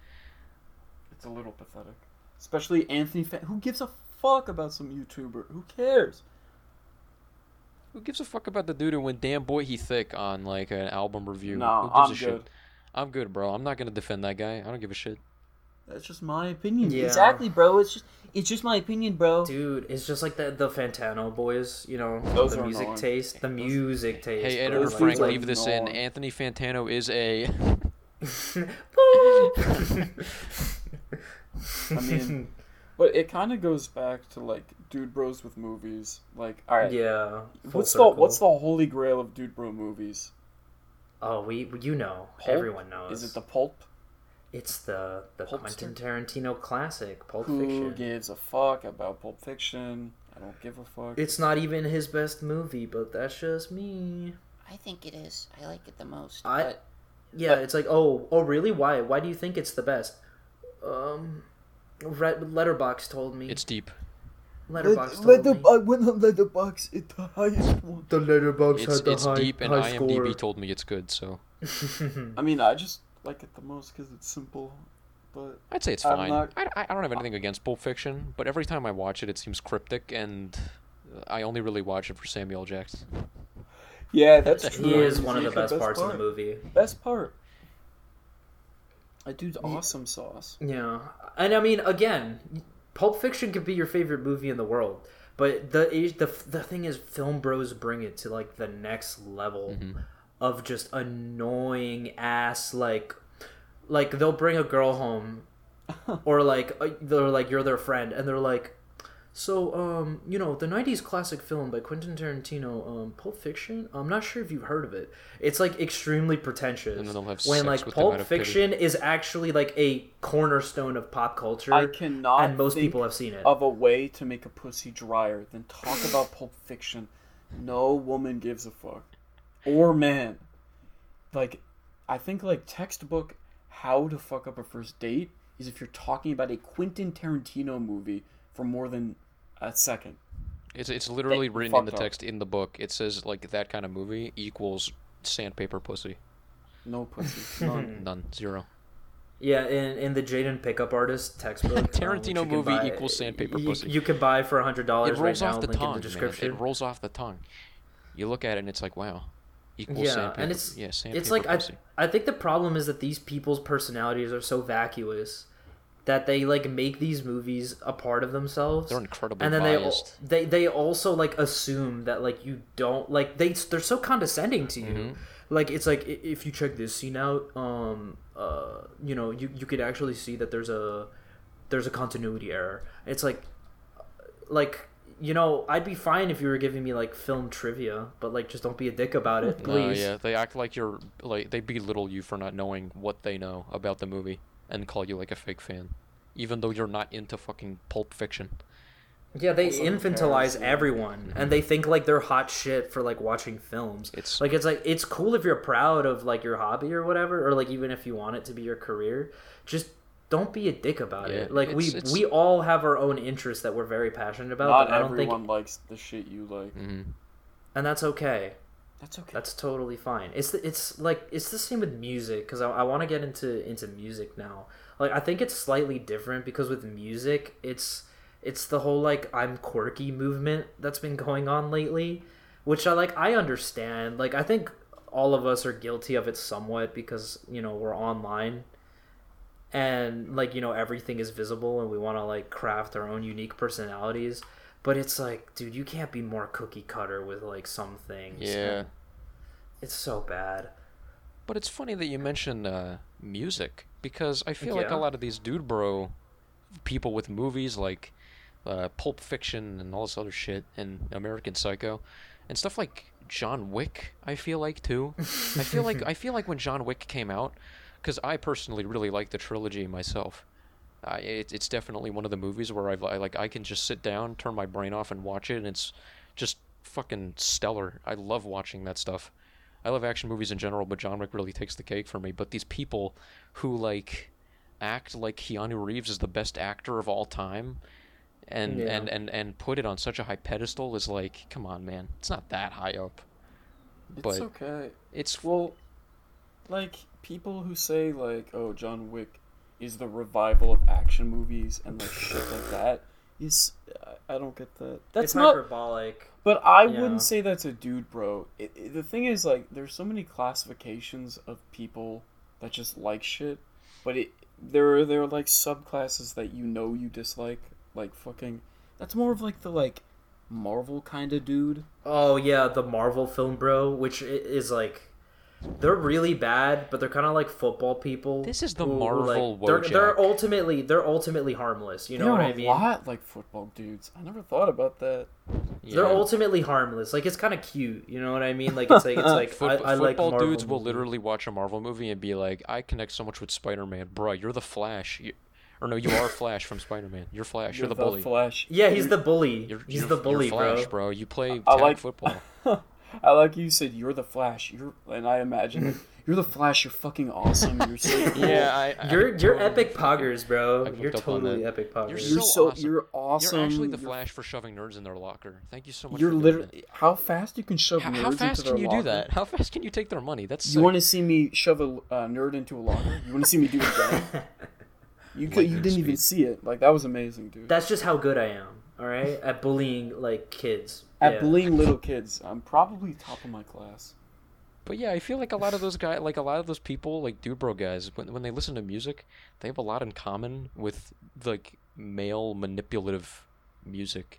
B: It's a little pathetic. Especially Anthony Fan. Who gives a fuck about some YouTuber? Who cares?
C: Who gives a fuck about the dude who went damn boy he thick on like an album review?
B: No,
C: Who gives
B: I'm
C: a
B: good.
C: shit? I'm good, bro. I'm not gonna defend that guy. I don't give a shit.
B: That's just my opinion.
A: Yeah.
B: Exactly, bro. It's just it's just my opinion, bro.
A: Dude, it's just like the the Fantano boys, you know,
B: Those
A: the
B: are
A: music
B: annoying.
A: taste, the music taste.
C: Hey,
A: bro,
C: editor
A: like-
B: those
C: Frank,
B: dudes are
A: *laughs*
C: leave this in.
B: gnarly.
C: Anthony Fantano is a. *laughs*
B: I mean, *laughs* but it kind of goes back to like dude bros with movies. Like, all right,
A: yeah. full
B: what's
A: circle.
B: the what's the holy grail of dude bro movies?
A: Oh, we you know,
B: Pulp?
A: everyone knows.
B: Is it the pulp?
A: It's the the
B: Pulpster?
A: Quentin Tarantino classic, Pulp
B: Who
A: Fiction.
B: gives a fuck about Pulp Fiction? I don't give a fuck.
A: It's not even his best movie, but that's just me.
D: I think it is. I like it the most.
C: Uh,
A: I-
D: but
A: Yeah, it's like, oh, oh, really? Why? Why do you think it's the best? Um, Red Letterbox told me.
C: It's deep.
A: Letterbox told me.
B: went on Letterbox. It's the highest one.
A: the Letterbox
C: It's
A: had the
C: it's
A: high,
C: deep, and
A: high
C: IMDb
A: score.
C: told me it's good, so
B: I mean, I just like it the most because it's simple. But
C: I'd say it's
B: I'm
C: fine.
B: not-
C: I, I- I don't have anything against Pulp Fiction, but every time I watch it, it seems cryptic, and I only really watch it for Samuel L. Jackson.
B: yeah, that's
C: He
B: true.
A: he is
B: He's
A: one of the
B: like the
A: best, parts
B: part.
A: of the movie.
B: Best part. That dude's awesome sauce.
A: Yeah, and I mean, again, Pulp Fiction could be your favorite movie in the world, but the the the thing is, film bros bring it to like the next level
C: Mm-hmm.
A: of just annoying ass like like they'll bring a girl
B: *laughs*
A: home, or like uh, they're like you're their friend, and they're like. So, um, you know, the 90s classic film by Quentin Tarantino, um, Pulp Fiction, I'm not sure if you've heard of it. It's, like, extremely pretentious.
C: And then they'll have
A: when,
C: sex
A: like,
C: with them out
A: Pulp
C: of pity.
A: Fiction is actually, like, a cornerstone of pop culture
B: I cannot.
A: and most
B: think
A: people have seen it.
B: of a way to make a pussy drier than talk about Pulp Fiction. No woman gives a fuck, or man. Like, I think like textbook how to fuck up a first date is if you're talking about a Quentin Tarantino movie for more than a second.
C: It's it's literally
B: They
C: written in the
B: fucked up.
C: text in the book. It says like that kind of movie equals sandpaper pussy.
B: No
A: *laughs*
B: pussy. None.
C: None. Zero.
A: yeah, in, in the Jaden pickup artist
C: *laughs*
A: textbook, um, which
C: Tarantino
A: you can
C: movie
A: buy-
C: equals sandpaper
A: you,
C: pussy.
A: You can buy for hundred
C: It
A: dollars right
C: rolls
A: now.
C: off the
A: link
C: tongue.
A: in the
C: man.
A: description.
C: It rolls off the tongue. You look at it and it's like, wow. Equals
A: yeah,
C: sandpaper.
A: and it's
C: yeah, sandpaper
A: it's like I,
C: pussy.
A: I think the problem is that these people's personalities are so vacuous that they like make these movies a part of themselves.
C: They're incredibly
A: and then
C: biased.
A: they al- they they also like assume that like you don't like they they're so condescending to you.
C: Mm-hmm.
A: Like it's like i- if you check this scene out, um, uh, you know, you you could actually see that there's a there's a continuity error. It's like like you know, I'd be fine if you were giving me like film trivia, but like just don't be a dick about it, *laughs*
C: No,
A: please.
C: Oh, Uh, yeah, they act like you're like they belittle you for not knowing what they know about the movie and call you like a fake fan, even though you're not into fucking Pulp Fiction.
A: Yeah, they
B: Also the parents,
A: infantilize
B: yeah. Mm-hmm.
A: everyone, and they think like they're hot shit for like watching films.
C: It's-
A: like it's like it's cool if you're proud of like your hobby or whatever, or like even if you want it to be your career, just don't be a dick about
C: Yeah,
A: it. Like we
C: it's- it's-
A: we all have our own interests that we're very passionate about,
B: Not
A: but I don't
B: everyone
A: think,
B: likes the shit you like.
A: Mm-hmm. and that's okay.
B: That's okay.
A: That's totally fine. It's the, it's like it's the same with music because I, I want to get into into music now. Like I think it's slightly different because with music, it's it's the whole like I'm quirky movement that's been going on lately, which I like. I understand. Like I think all of us are guilty of it somewhat because you know we're online and like you know everything is visible and we want to like craft our own unique personalities but it's like dude you can't be more cookie cutter with like some things
C: Yeah,
A: it's so bad.
C: but it's funny that you mention uh, music because I feel like
A: Yeah.
C: a lot of these dude bro people with movies like uh, Pulp Fiction and all this other shit and American Psycho and stuff like John Wick. I feel like too. I feel like I feel like when John Wick came out, because I personally really like the trilogy myself. I, it, it's definitely one of the movies where I've, I like I can just sit down, turn my brain off, and watch it, and it's just fucking stellar. I love watching that stuff. I love action movies in general, but John Wick really takes the cake for me. But these people who like act like Keanu Reeves is the best actor of all time, and
A: Yeah.
C: and, and and put it on such a high pedestal is like, come on, man, it's not that high up.
B: it's
C: but-
B: okay.
C: It's
B: Well, like people who say like, "Oh, John Wick is the revival of action movies" and like shit like that is I I don't get that. That's
A: it's
B: not.
A: hyperbolic.
B: But I
A: Yeah.
B: wouldn't say that's a dude, bro. It, it- the thing is, like, there's so many classifications of people that just like shit, but it there are there are like subclasses that you know you dislike, like fucking. That's more of like the like Marvel kind of dude.
A: Oh yeah, the Marvel film bro, which i- is like they're really bad, but they're kind of like football people.
C: This is the
A: who- who,
C: Marvel
A: Like, they're, they're
C: Wojak.
A: ultimately they're ultimately harmless. You know
B: There
A: what
B: are
A: I mean?
B: a lot like football dudes. I never thought about that.
A: They're ultimately harmless. Like it's kind of cute. You know what I mean? Like it's like it's like
C: *laughs* Foot-
A: I, I like
C: football
A: Marvel
C: dudes will
A: movies.
C: literally watch a Marvel movie and be like, "I connect so much with Spider-Man, bro. You're the Flash, you- Or no, you are Flash from Spider-Man. You're Flash. You're, the bully.
B: Flash.
A: Yeah, he's the bully.
C: You're,
A: he's
C: you're-
A: the
C: you're
A: bully,
C: Flash,
A: bro.
C: bro. You play
B: I
C: tag
B: like-
C: football.
B: *laughs* I like you said you're the Flash. You're and I imagine
C: *laughs*
B: it. you're the Flash. You're fucking awesome. You're so cool.
C: yeah, I,
A: *laughs*
C: I-
A: You're
C: I'm
A: you're
C: totally
A: epic
C: fucking-
A: poggers, bro.
C: hooked
A: You're
C: up on
A: totally
C: that.
A: epic poggers.
B: You're
C: so
B: so,
C: awesome.
B: you're awesome.
C: You're actually the
B: You're-
C: Flash for shoving nerds in their locker. Thank you so much.
B: You're
C: for doing that.
B: literally how fast you can shove
C: How,
B: nerds
C: how fast
B: into their
C: can you do
B: locker?
C: that? How fast can you take their money? That's
B: You
C: sick.
B: want to see me shove a uh, nerd into a locker? You want to see me do it
C: *laughs*
B: again? You could, you
C: Lightning
B: didn't even see it. Like that was amazing, dude.
A: That's just how good I am. All right, at bullying like kids.
B: At
A: Yeah.
B: bullying little kids, I'm probably top of my class.
C: But yeah, I feel like a lot of those guys, like a lot of those people, like dude bro guys, when when they listen to music, they have a lot in common with like male manipulative music.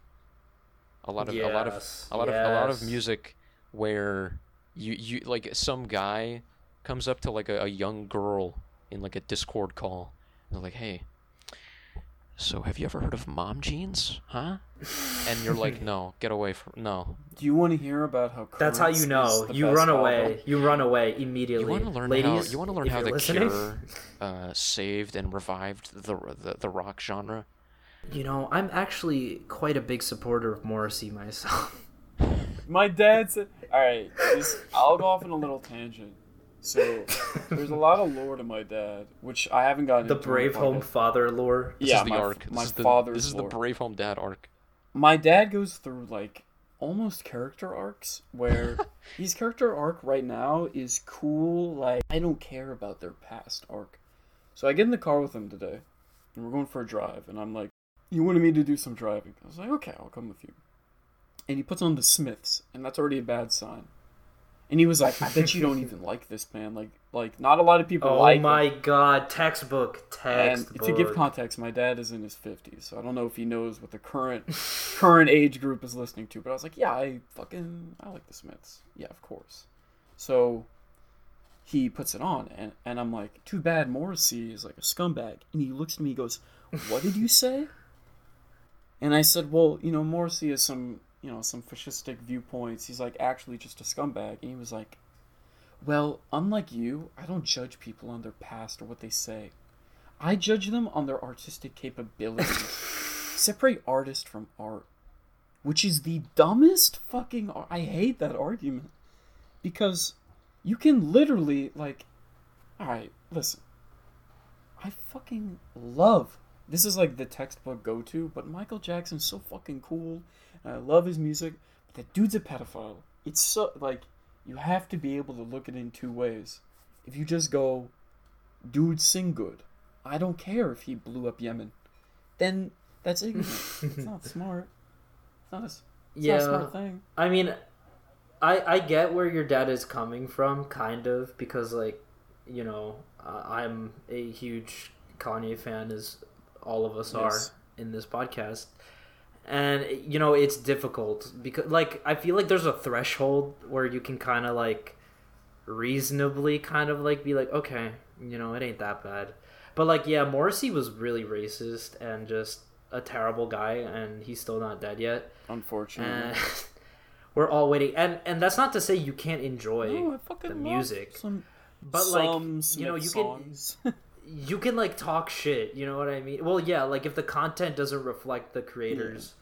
C: A lot of a lot of
A: Yes,
C: a lot of a lot of
A: yes.
C: music where you you like some guy comes up to like a, a young girl in like a Discord call and they're like, "Hey, so have you ever heard of mom jeans? Huh?" And
A: *laughs*
C: you're like, "No, get away from no,
B: Do you want to hear about how?
A: That's how
B: Currents
A: you
B: is
A: know.
B: the
A: You
B: best
A: run
B: album?
A: away. You run away immediately.
C: You want to learn
A: Ladies,
C: how you want to learn
A: if
C: how
A: you're
C: the
A: listening,
C: Cure uh, saved and revived the, the the rock genre.
A: You know, I'm actually quite a big supporter of Morrissey myself. *laughs*
B: My dad said, "All right, this, I'll go off on a little tangent." So there's a lot of lore to my dad, which I haven't gotten
A: the
B: into
A: brave
B: on
A: home
B: podcast.
A: father lore.
C: This
B: yeah,
C: is the
B: my,
C: arc.
B: my
C: this is the,
B: father's
C: This is the
B: lore.
C: Brave Home Dad arc.
B: my dad goes through like almost character arcs
A: *laughs*
B: where his character arc right now is cool like i don't care about their past arc so i get in the car with him today and we're going for a drive and i'm like you wanted me to do some driving i was like okay i'll come with you and he puts on the smiths and that's already a bad sign and he was like i bet
A: *laughs*
B: you don't even like this man like like not a lot of people
A: Oh
B: like them."
A: my god, textbook,
B: And
A: textbook.
B: to give context, my dad is in his fifties, so I don't know if he knows what the current *laughs* current age group is listening to. But I was like, yeah, I fucking I like the Smiths. Yeah, of course. So he puts it on, and and I'm like, too bad Morrissey is like a scumbag. And he looks at me, he goes, "What did you say?" And I said, well, you know, Morrissey has some you know some fascistic viewpoints. He's like actually just a scumbag. And he was like, well, unlike you, I don't judge people on their past or what they say. I judge them on their artistic capability. Separate artist from art, which is the dumbest fucking. Ar- I hate that argument because you can literally like. All right, listen. I fucking love. This is like the textbook go to, but Michael Jackson's so fucking cool. And I love his music, but that dude's a pedophile. It's so like you have to be able to look at it in two ways. If you just go, dude, sing good. I don't care if he blew up Yemen. Then that's ignorant. it's not smart. It's not a, s- it's not a
A: Yeah.
B: smart thing.
A: I mean, I I get where your dad is coming from, kind of, because like, you know, I I'm a huge Kanye fan, as all of us
B: Yes.
A: are in this podcast, and you know, it's difficult because like I feel like there's a threshold where you can kind of like reasonably kind of like be like, okay, you know, it ain't that bad. But like, yeah, Morrissey was really racist and just a terrible guy, and he's still not dead yet.
B: Unfortunately.
A: And Uh, *laughs* we're all waiting and and that's not to say you can't enjoy
B: No, I fucking
A: Uh, the
B: love
A: music
B: Some,
A: but like
B: some
A: you know you *laughs*
B: songs. *laughs* can.
A: can you can like talk shit you know what i mean well yeah like if the content doesn't reflect the creators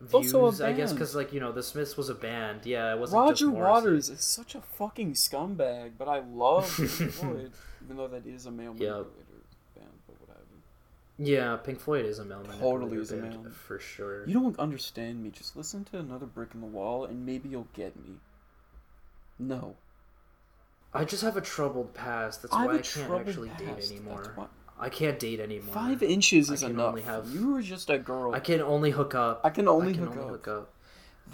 A: views
B: Also a
A: i guess
B: band.
A: because like you know the smiths was a band yeah it wasn't
B: Roger
A: just Morrissey.
B: Waters is such a fucking scumbag, but I
A: *laughs*
B: love Pink Floyd, even though that is a male
A: Yeah.
B: manipulator band, but what have you.
A: yeah pink floyd is a male
B: Totally is a
A: manipulator band,
B: male.
A: for sure
B: You don't understand me. Just listen to another brick in the wall, and maybe you'll get me. No,
A: i just have a troubled past that's
B: I have
A: why i
B: a
A: can't
B: troubled
A: actually
B: past,
A: date
B: that's why-
A: anymore i can't date anymore
B: five inches
A: I
B: is
A: can
B: enough.
A: only have-
B: You were just a girl.
A: i can only hook up
B: I can only hook up.
A: up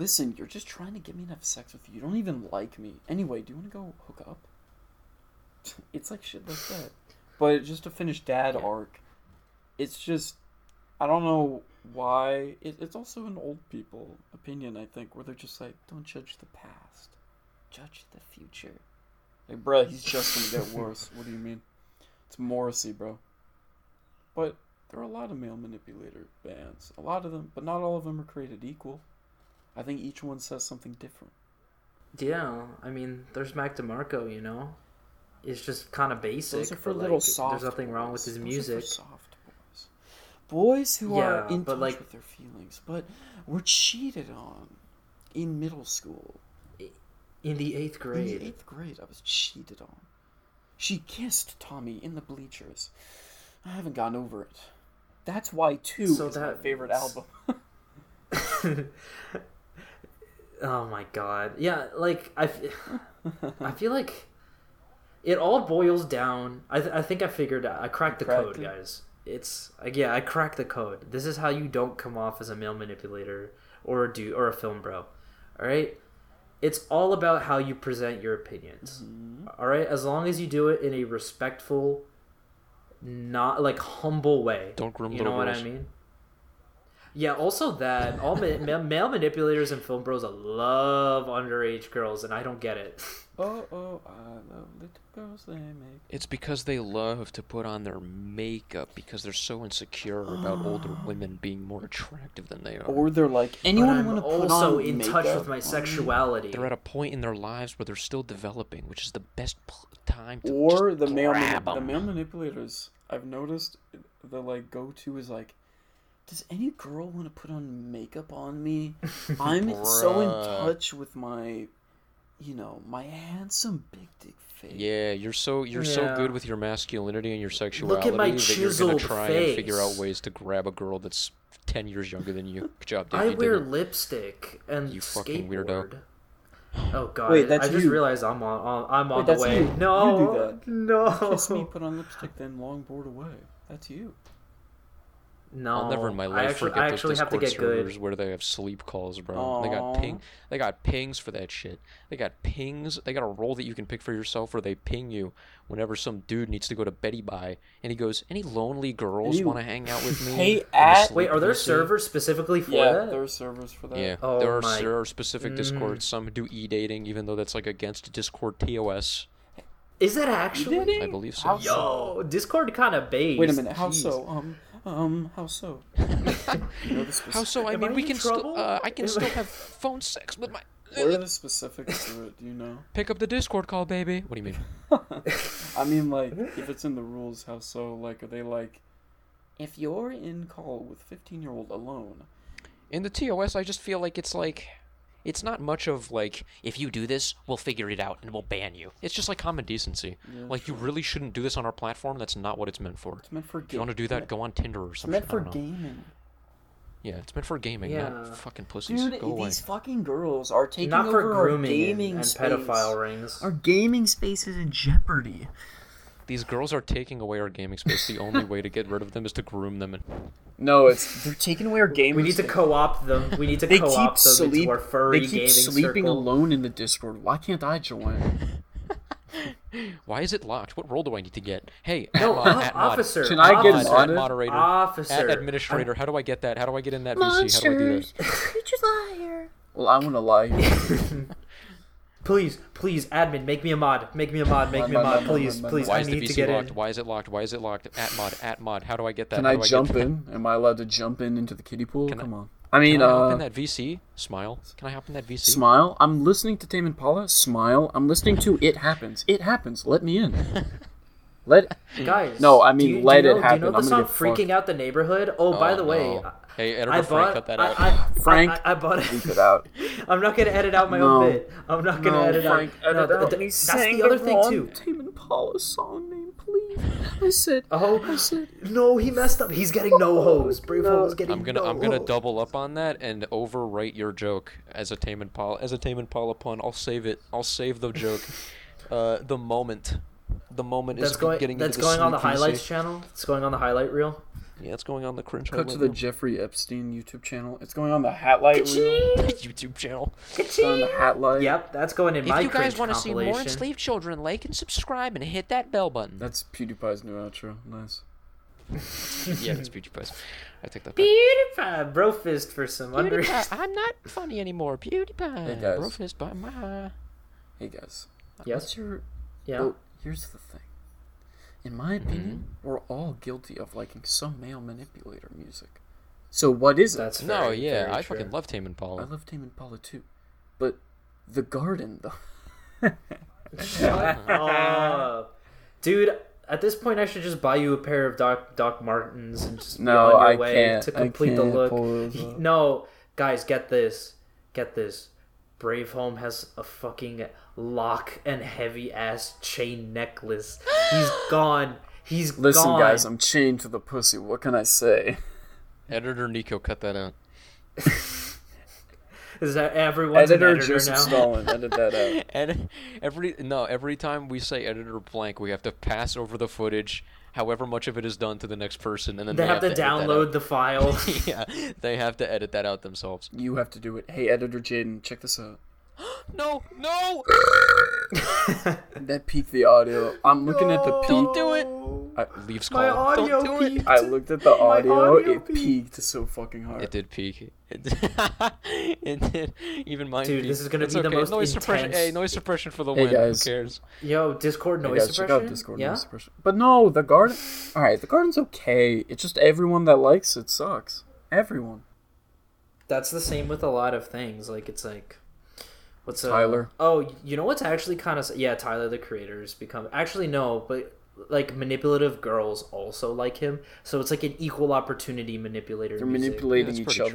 B: Listen, you're just trying to get me to have sex with you. You don't even like me. Anyway, do you want to go hook up? *laughs* It's like shit like that. But just to finish dad arc, it's just I don't know why. It, it's also an old people opinion, I think, where they're just like, don't judge the past, judge the future. Like, bruh, he's just gonna get worse. what do you mean? It's Morrissey, bro. But there are a lot of male manipulator bands. A lot of them, but not all of them are created equal. I think each one says something different.
A: Yeah, I mean, there's Mac DeMarco, you know. It's just kind of basic.
B: Those are for
A: but, like,
B: little soft.
A: There's nothing wrong with
B: boys.
A: his
B: Those are for
A: music.
B: soft boys. boys who are
A: Yeah,
B: in
A: but,
B: touch
A: like-
B: with their feelings, but were cheated on in middle school.
A: in the eighth
B: In
A: grade.
B: the eighth grade, I was cheated on. She kissed Tommy in the bleachers. I haven't gotten over it. That's why two
A: So
B: is my
A: that-
B: favorite album. *laughs*
A: Oh my god. Yeah, like I,
B: *laughs*
A: f- I feel like it all boils down. I, th- I think I figured out. I cracked the
B: cracked
A: code,
B: it?
A: guys. It's like yeah, I cracked the code. This is how you don't come off as a male manipulator or a dude or a film bro. All right? It's all about how you present your opinions. All right? As long as you do it in a respectful not like humble way.
C: Don't groom
A: You
C: little
A: know what I
C: girls.
A: mean? Yeah, also that all ma- *laughs* ma- male manipulators and film bros love underage girls, and I don't get it.
B: Oh, oh, I love little girls, they make.
C: It's because they love to put on their makeup because they're so insecure
B: *gasps*
C: about older women being more attractive than they are.
B: Or they're like,
A: But
B: anyone
A: I'm
B: want to put
A: also
B: on
A: in
B: makeup?
A: touch with my sexuality.
C: they're at a point in their lives where they're still developing, which is the best pl- time to
B: or the male mani-
C: grab
B: the
C: 'em.
B: male manipulators i've noticed the like go-to is like does any girl want to put on makeup on
C: *laughs*
B: me i'm so in
C: Bruh.
B: touch with my you know my handsome big dick face
C: Yeah, you're so you're so
A: Yeah.
C: good with your masculinity and your
A: my
C: sexuality that you're gonna
A: chiseled
C: try and figure out
A: face.
C: ways to grab a girl that's ten years younger than you. Good job, Dave.
A: I
C: you did
A: wear
C: it.
A: lipstick and
C: You fucking weirdo.
A: skateboard. Oh god!
B: Wait, that's
A: I just
B: you.
A: realized I'm on. on I'm on
B: Wait,
A: the
B: that's
A: way.
B: you. You
A: No,
B: do
A: no,
B: kiss
C: *laughs*
B: me put on lipstick then longboard away that's you
A: no.
C: I'll never in my
A: I
C: life
A: actually,
C: forget
A: I
C: those
A: actually have to
C: Discord
A: get
C: servers
A: good.
C: where they have sleep calls, bro. They got
B: Aw.
C: ping, they got pings for that shit. They got pings. They got a role that you can pick for yourself where they ping you whenever some dude needs to go to Betty Bye, and he goes, "Any lonely girls
B: Ew.
C: want to hang out with me?"
B: Hey,
C: in the
B: at-
C: sleep
A: Wait, are there
C: you see?"
A: servers specifically for
B: yeah
A: that?
B: there are servers for that
C: Yeah,
A: Oh
C: there are
A: my-
C: there are specific Discords. Some do e dating, even though that's like against Discord TOS.
A: Is that actually?
C: I believe so.
B: How
A: Yo, Discord kind of based.
B: wait a minute how
A: Jeez.
B: so um um how so
C: *laughs*
B: You know the speci-
C: How so? I
A: Am
C: mean,
A: I
C: we
A: in
C: can still
A: trouble?
C: uh, I can
A: Am
C: still
A: I-
C: have phone sex with my.
B: what are the specifics to it do you know
C: Pick up the Discord call, baby. What do you mean?
B: I
A: *laughs*
B: mean, like, if it's in the rules, how so? Like, are they like, if you're in call with 15 year old alone,
C: In the TOS, I just feel like it's like, it's not much of like, if you do this, we'll figure it out and we'll ban you. It's just like common decency. like you really shouldn't do this on our platform. That's not what it's meant for.
B: it's meant for
C: If you
B: gaming.
C: want to do that, go on Tinder or
B: It's
C: something.
B: meant for gaming.
C: Yeah, it's meant for gaming,
A: Yeah.
C: not fucking pussies.
B: Dude,
C: go away.
B: these fucking girls are taking
A: Not for
B: over our
A: grooming and,
B: gaming
A: and
B: space.
A: pedophile rings.
B: Our gaming space is in jeopardy.
C: These girls are taking away our gaming space. The only way to get rid of them is to groom them. And
B: No, it's they're taking away our gaming.
A: We need to
B: space.
A: co-opt them. We need to
B: They
A: co-opt
B: keep
A: them
B: sleep.
A: into our furry
B: They keep
A: gaming
B: sleeping
A: circle.
B: alone in the Discord. Why can't I join?
C: why is it locked? What role do I need to get? Hey,
A: No,
C: at mod,
A: o-
C: at mod,
A: officer.
B: Can I get
C: mod,
A: officer,
C: at
B: modded?
C: moderator,
A: Officer.
C: at administrator. How do I get that? How do I get in that VC? How do I do
E: Monsters!
C: this?
E: Creatures liar!
B: Well, I want to lie. Here.
A: Please, please, admin, make me a mod. Make me a mod. Make me a
B: mod,
A: mod.
B: mod,
A: Please,
B: mod, mod,
A: please,
C: Why
A: I
C: is the
A: need to
C: VC
A: get
C: locked?
A: in.
C: Why is it locked? Why is it locked? At mod, at mod. How do I get that?
B: Can
C: How
B: I
C: do
B: jump
C: get that?
B: in? Am I allowed to jump in into the kiddie pool?
C: Can I-
B: Come on. I mean,
C: Can I hop
B: uh,
C: in that VC? Smile. Can I hop in that VC?
B: Smile. I'm listening to Tame Impala. Smile. I'm listening to It Happens. It happens. Let me *laughs* in. Let.
A: Guys.
B: No, I
A: do
B: mean,
A: you- do
B: let
A: you know,
B: it happen.
A: Do you know
B: I'm
A: the
B: gonna
A: song
B: get
A: "Freaking
B: fucked.
A: Out the Neighborhood"? Oh, by
C: Oh,
A: the way,
C: no. hey, editor
A: I
C: Frank,
A: bought.
C: cut that
A: I-
C: out.
A: I,
B: Frank,
A: I, I bought it.
B: Get out.
A: *laughs* I'm not gonna edit out my
B: No.
A: own bit. I'm not gonna
B: No,
A: edit
B: Frank,
A: out.
B: edit
A: no,
B: out
A: th-
B: me
A: th- that's
B: saying
A: the other
B: the
A: thing
B: wrong
A: too.
B: Tame Impala song name, please. I said. I
A: Oh
B: said.
A: no, he messed up. He's getting no hose. Brave
B: No.
A: is getting
C: I'm gonna
A: no
C: I'm gonna
A: hose.
C: double up on that and overwrite your joke as a Tame Impala as a Tame Impala pun. I'll save it. I'll save
A: *laughs*
C: the joke. uh, the moment, the moment
A: That's
C: is
A: going.
C: getting
A: That's
C: into the
A: going on the
C: sneak VC.
A: highlights channel. It's going on the highlight reel.
C: Yeah, it's going on the cringe.
B: Cut to
C: highlight
B: the
C: reel.
B: Jeffrey Epstein YouTube channel. It's going on the Hatlight reel.
C: *laughs* YouTube channel.
B: It's on the Hatlight.
A: Yep, that's going in my cringe
C: wanna
A: compilation.
C: Children, like and subscribe and hit that bell button.
B: That's PewDiePie's new outro. Nice.
C: *laughs* yeah, that's PewDiePie's. I take that back.
A: PewDiePie, bro fist for some *laughs* underage.
C: I'm not funny anymore. PewDiePie.
B: Hey, guys.
C: Brofist by my.
B: Hey guys.
A: Yes.
B: your
A: Yeah.
C: Oh.
B: Well, here's the thing. In my opinion,
A: Mm-hmm.
B: we're all guilty of liking some male manipulator music. So what is
A: That's
B: it?
C: No,
A: very,
C: yeah,
A: very
C: I
A: true.
C: fucking love Tame
B: I
A: Oh.
C: Impala.
B: love Tame Impala too, but
A: *laughs*
B: the garden though.
A: Oh. dude, At this point, I should just buy you a pair of Doc Doc Martens and just
B: No,
A: be on your
B: I
A: way
B: can't.
A: to
B: I
A: complete the
B: can't
A: look.
B: pull those up.
A: No, guys, get this, get this. Brave Home has a fucking lock and heavy ass chain necklace.
B: *gasps*
A: He's gone. He's
B: Listen,
A: gone.
B: guys, I'm chained to the pussy. What can I say?
C: Editor Nico, cut that out.
A: Is that everyone's editor, an
B: editor
A: editor
B: Joseph
A: now?
B: Stalin, edit
A: *laughs*
B: that out.
C: And every no, every time we say editor blank, we have to pass over the footage, however much of it is done to the next person, and then
A: They have to
C: edit that
A: download the file.
C: out. *laughs* yeah, they have to edit that out themselves.
B: You have to do it. Hey, editor Jaden, check this out.
C: No, no,
B: That peaked the audio. I'm looking at the
C: don't
B: peak.
C: do it.
B: I,
C: Leaves
A: My
C: call.
A: audio
C: Don't do it.
A: peaked.
B: I looked at the audio.
A: audio
B: it
A: peaked.
B: peaked so fucking hard.
C: It did peak. It did. it did. *laughs* Even mine.
A: Dude,
C: peaked.
A: this is gonna
C: It's
A: be the
C: okay.
A: most
C: noise suppression.
A: intense-
C: Hey, noise suppression for the
B: Hey,
C: win.
B: guys.
C: Who cares?
A: Yo, Discord
B: Hey
A: noise
B: guys, check
A: suppression.
B: out Discord
A: yeah.
B: noise suppression. But no, the garden. All right, the garden's okay. It's just everyone that likes it sucks. Everyone.
A: That's the same with a lot of things. Like it's like, what's uh,
B: Tyler.
A: Oh, you know what's actually kind of yeah. Tyler the creator has become actually no, but like manipulative girls also like him. So it's like an equal opportunity manipulator.
B: They're
A: music.
B: manipulating
C: That's
B: each
C: pretty
B: other.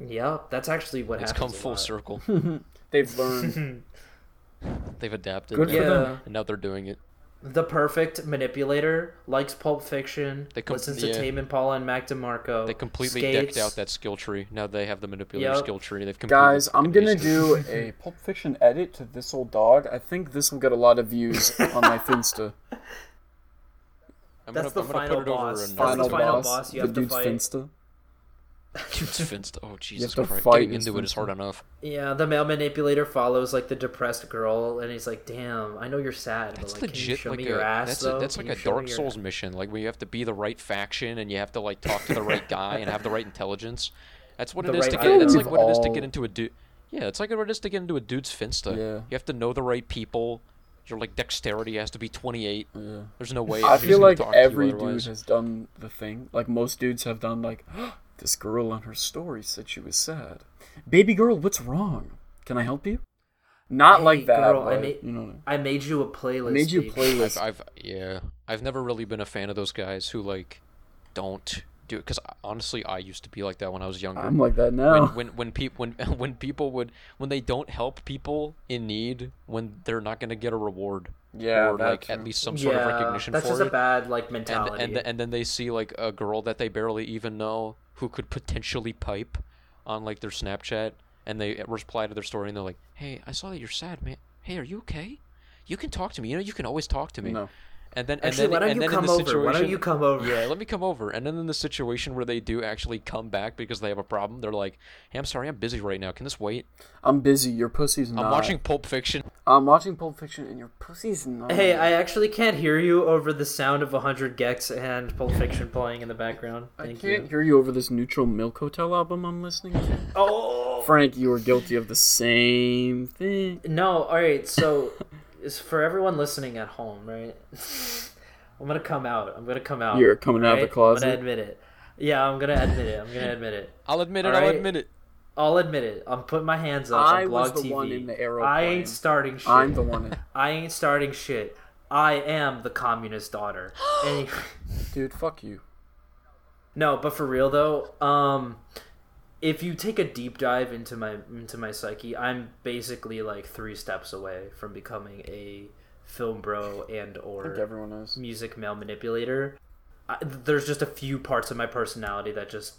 C: true.
A: Yeah, that's actually what
C: It's
A: happens.
C: come
A: a
C: full
A: lot. *laughs*
C: circle.
B: They've learned.
C: They've adapted.
B: Good for
C: and-
A: them.
C: And now they're doing it.
A: The perfect manipulator likes Pulp Fiction.
C: They com-
A: listens
C: yeah.
A: to Tame Impala and Mac DeMarco.
C: They completely
A: skates.
C: decked
A: *laughs*
C: out that skill tree. Now they have the manipulator
A: Yep.
C: skill tree. They've completely
B: Guys, I'm gonna
C: erased it.
B: do
A: *laughs*
B: a Pulp Fiction edit to this old dog. I think this will get a lot
A: *laughs*
B: of views on my Finsta.
C: I'm
A: That's
C: gonna,
A: the
C: I'm gonna put
A: final
C: it over
A: boss.
C: another-
A: That's the
B: Final,
C: *laughs*
A: final
B: boss,
A: boss you
B: the
A: have to
B: dude's
A: fight.
B: Finsta.
C: Dude's Finsta. Oh Jesus
B: to
C: Christ!
B: fight
C: Getting
B: his
C: into it is
B: Finsta.
C: hard enough.
A: Yeah, the male manipulator follows like the depressed girl, and he's like, "Damn, I know you're sad,
C: That's
A: but like, can you
C: legit
A: show
C: like
A: me
C: a
A: your ass
C: that's,
A: though?
C: a, that's
A: Can
C: like
A: you
C: a
A: show me
C: Dark
A: your-"
C: Souls mission. Like where you have to be the right faction and you have to like talk to
A: *laughs*
C: the right guy and have the right intelligence. That's what
A: The
C: it is
A: right
C: to
A: guy.
C: get. That's like
B: We've
C: what it is to
B: all-
C: get into a dude. Yeah, it's like what it is to get into a dude's Finsta.
B: Yeah.
C: You have to know the right people. Your like dexterity has to be 28. There's no way.
B: I
C: he's
B: feel
C: gonna
B: like
C: talk to you
B: every dude
C: otherwise.
B: has done the thing. Like most dudes have done. Like *gasps* this girl on her story said she was sad. Baby girl, what's wrong? Can I help you? Not
A: Hey,
B: like that.
A: girl, I
B: but,
A: made-
B: you know. what I
A: I
B: mean.
A: made you a playlist.
B: made you a
A: baby.
B: playlist.
C: I've yeah, I've never really been a fan of those guys who like don't do it because honestly, I used to be like that when I was younger.
B: I'm like that now.
C: when when when people when *laughs* when people would when they don't help people in need when they're not going to get a reward
B: Yeah,
C: or
B: that
C: like
B: too.
C: at least *laughs* some
A: Yeah,
C: sort of recognition
A: that's
C: for
A: just
C: it
A: a bad like
C: and
A: mentality.
C: and and then they see like a girl that they barely even know who could potentially pipe on like their Snapchat and they reply to their story and they're like, "Hey, I saw that you're sad, man. Hey, are you okay? You can talk to me. You know, you can always talk to me."
B: No.
C: And then and
A: Actually,
C: then
A: why don't
C: and
A: you
C: then in
A: come
C: the
A: over?
C: situation
A: Why don't you come over?
C: yeah, let me come over. And then in the situation where they do actually come back because they have a problem, they're like, "Hey, I'm sorry, I'm busy right now. Can this wait?
B: I'm busy. Your pussy's not.
C: I'm watching Pulp Fiction."
B: I'm watching Pulp Fiction, and your pussy's
A: *laughs*
B: not.
A: Hey, I actually can't hear you over the sound of 100 gex and Pulp Fiction playing in the background.
B: I
A: Thank
B: can't
A: you.
B: hear you over this Neutral Milk Hotel album I'm listening to.
A: Oh
B: Frank, you are guilty of the same thing.
A: no! All right, so *laughs* it's for everyone listening at home, right? *laughs* I'm gonna come out. I'm gonna come out.
B: You're coming out of the
A: right? I'm
B: closet.
A: gonna admit it. Yeah, I'm gonna admit it. I'm
B: *laughs*
A: gonna admit it.
C: I'll admit it.
A: All
C: I'll
A: right.
C: admit it.
A: I'll admit it. I'm putting my hands up
B: I
A: on
B: was
A: blog
B: the
A: TV.
B: one in the
A: I
B: aeroplane.
A: ain't starting shit.
B: I'm the one.
A: I ain't starting shit. I am the communist
B: *gasps*
A: daughter. Any-
B: Dude, fuck you.
A: no, but for real though, um, if you take a deep dive into my into my psyche, I'm basically like three steps away from becoming a film bro and
B: I think
A: or
B: everyone is.
A: music male manipulator. I, there's just a few parts of my personality that just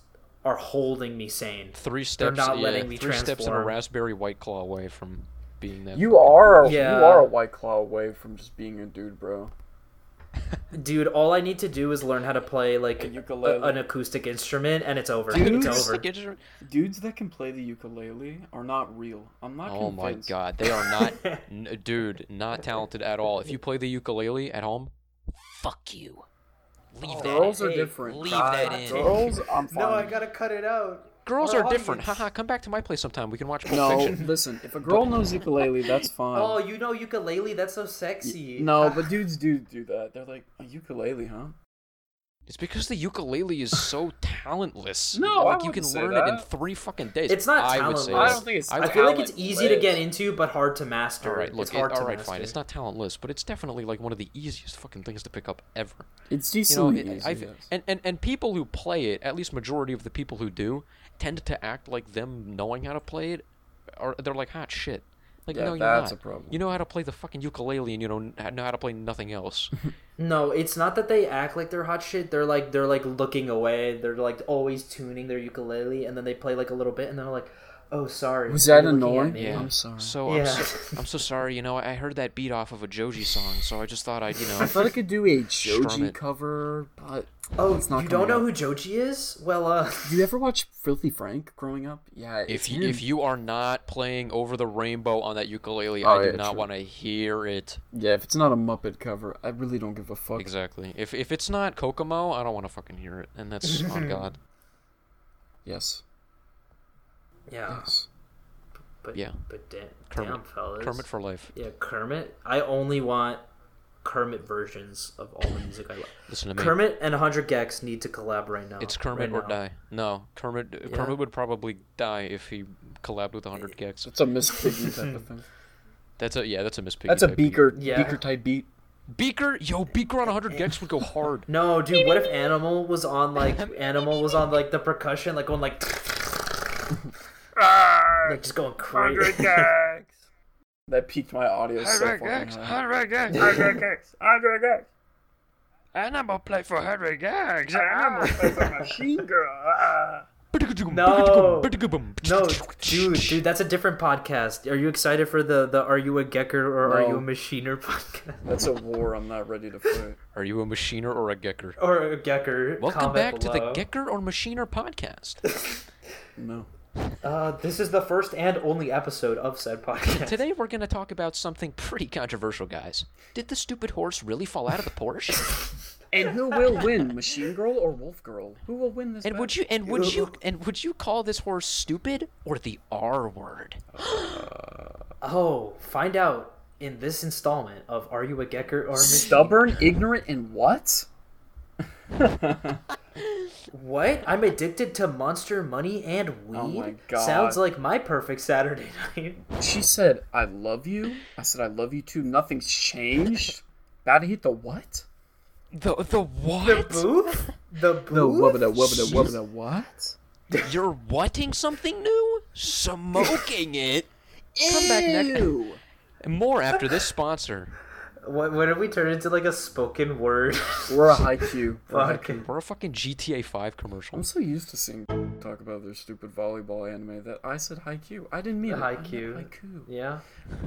A: are holding me sane.
C: Three steps.
A: not
C: yeah,
A: letting me
C: three steps in a
A: transform.
C: raspberry white claw away from being that.
B: You are.
A: Yeah.
B: You are a white claw away from just being a dude, bro.
A: Dude, all I need to do is learn how to play like
B: A ukulele.
A: a- an acoustic instrument, and it's over.
B: Dude.
A: it's
C: Just
A: over.
C: like, it just-
B: Dudes that can play the ukulele are not real. I'm not.
C: Oh my
B: convinced.
C: god, they are
A: *laughs*
C: not, n- dude, not talented at all. If you play the ukulele at home,
D: Fuck you.
A: Oh,
C: leave that.
B: Girls are
A: Hey,
B: different.
C: leave that in.
B: Girls, I'm fine.
A: gotta cut it out.
C: Girls
A: Our
C: are different.
A: audience-
C: Haha, come back to my place sometime. We can watch
B: *laughs*
C: Pulp
B: No,
C: Fiction.
B: listen. If a girl knows ukulele, *laughs* that's fine.
A: Oh, you know ukulele? That's so sexy.
B: *laughs* No, but dudes do do that. They're like, a ukulele, huh?
C: It's because the ukulele is so talentless.
B: No, I
C: like you can
B: wouldn't say
C: learn it in
B: that.
C: three fucking days.
A: It's not
C: I would
A: talentless.
C: say
B: I
A: Yes.
B: don't think it's.
C: I
A: Ah, I feel like it's
B: talentless.
A: easy to get into, but hard to master.
C: All right, look,
A: it's hard
C: it,
A: to
C: all right,
A: master.
C: fine. It's not talentless, but it's definitely like one of the easiest fucking things to pick up ever.
B: It's
C: You know,
B: decently
C: it-
B: easy.
C: I-
B: yes.
C: and, and and people who play it, at least majority of the people who do, tend to act like them knowing how to play it, or they're like hot shit. Like
B: Yeah,
C: no, you're
B: that's
C: not.
B: a problem.
C: You know how to play the fucking ukulele, and you don't know how to play nothing else.
A: No, it's not that they act like they're hot shit. They're like they're like looking away. They're like always tuning their ukulele, and then they play like a little bit, and they're like, "Oh, sorry."
B: Was
A: you're
B: that
A: looking at
B: annoying?
A: me."
C: Yeah.
B: I'm sorry.
C: So
A: Yeah.
C: I'm, so I'm so sorry. You know, I heard that beat off of a Joji song, so I just thought I'd you
B: I
C: know.
B: thought I could do a
C: Strum
B: Joji
C: it.
B: cover, but
A: Oh,
B: it's not
A: you don't
B: coming
A: know
B: up.
A: who Joji is? Well, uh, *laughs*
B: Do you ever watch Filthy Frank growing up? Yeah. it's
C: If you,
B: him.
C: if you are not playing over the rainbow on that ukulele,
B: Oh,
C: I do
B: yeah,
C: not
B: true.
C: want to hear it.
B: yeah, if it's not a Muppet cover, I really don't give a fuck.
C: Exactly. If if it's not Kokomo, I don't want to fucking hear it. And that's on God.
B: Yes.
A: yeah,
B: Yes.
A: but
C: Yeah.
A: but damn,
C: Kermit.
A: damn fellas,
C: Kermit for life.
A: yeah, Kermit. I only want Kermit versions of all the music I love.
C: Listen to me.
A: Kermit and 100 Gex need to collaborate now.
C: it's Kermit
A: right
C: or
A: now.
C: die. No, Kermit. Kermit would probably die if he collabed with 100 Gex.
B: It's a Miss Piggy type of thing.
C: That's a yeah. That's a Miss
B: *laughs*
C: Piggy.
B: That's a
C: type beat.
B: Beaker
A: Yeah.
B: Beaker type beat.
C: Beaker. Yo, Beaker on 100 Gex would go
A: *laughs*
C: hard.
A: No, dude. What if Animal was on
C: *laughs*
A: like Animal was on like the percussion, like going like, *laughs* like just going crazy.
B: That peaked my audio so far. huh?
E: Hundred
C: *laughs*
E: gigs. Hundred gigs. Hundred gigs. Animal play for hundred gigs. Animal play for machine girl. Ah.
A: No. *laughs* No, dude, dude, that's a different podcast. Are you excited for the the Are You a Gecker or Are
B: No.
A: You a Machiner *laughs* podcast
B: That's a war I'm not ready to fight.
C: Are you a machiner or a gecker?
A: or a Gecker?
C: Welcome
A: Comment
C: back to the
A: below.
C: Gecker or
A: *laughs*
C: Machiner podcast.
B: No.
A: Uh, this is the first and only episode of said
C: *laughs*
A: podcast.
C: Today we're going to talk about something pretty controversial, guys. Did the stupid horse really fall out of the Porsche?
B: And who will win, Machine Girl or Wolf Girl? Who will win this?
C: And would you and
A: *laughs*
C: would you and would you call this horse stupid or the R word?
A: Oh, find out in this installment of Are You a
C: *laughs*
A: Gecker or a Machiner?
B: stubborn, ignorant, and what?
A: What? I'm addicted to Monster Money and weed.
B: Oh my God.
A: Sounds like my perfect Saturday *laughs* night.
B: She said, "I love you." I said, "I love you too." Nothing's changed. About to hit the what?
C: The the what?
A: Booth? The booth?
B: wubba what?
C: You're wanting something new? Smoking it? Come back next.
B: Ew.
C: More after this sponsor.
A: What, what if we turn into like a spoken word *laughs*
B: We're a high Q. We're a high Q.
A: podcast?
C: We're a fucking GTA 5 commercial.
B: I'm so used to seeing talk about their stupid volleyball anime that I said high Q. I didn't mean it. I meant
A: Haikyuu.
B: Haiku.
A: Yeah,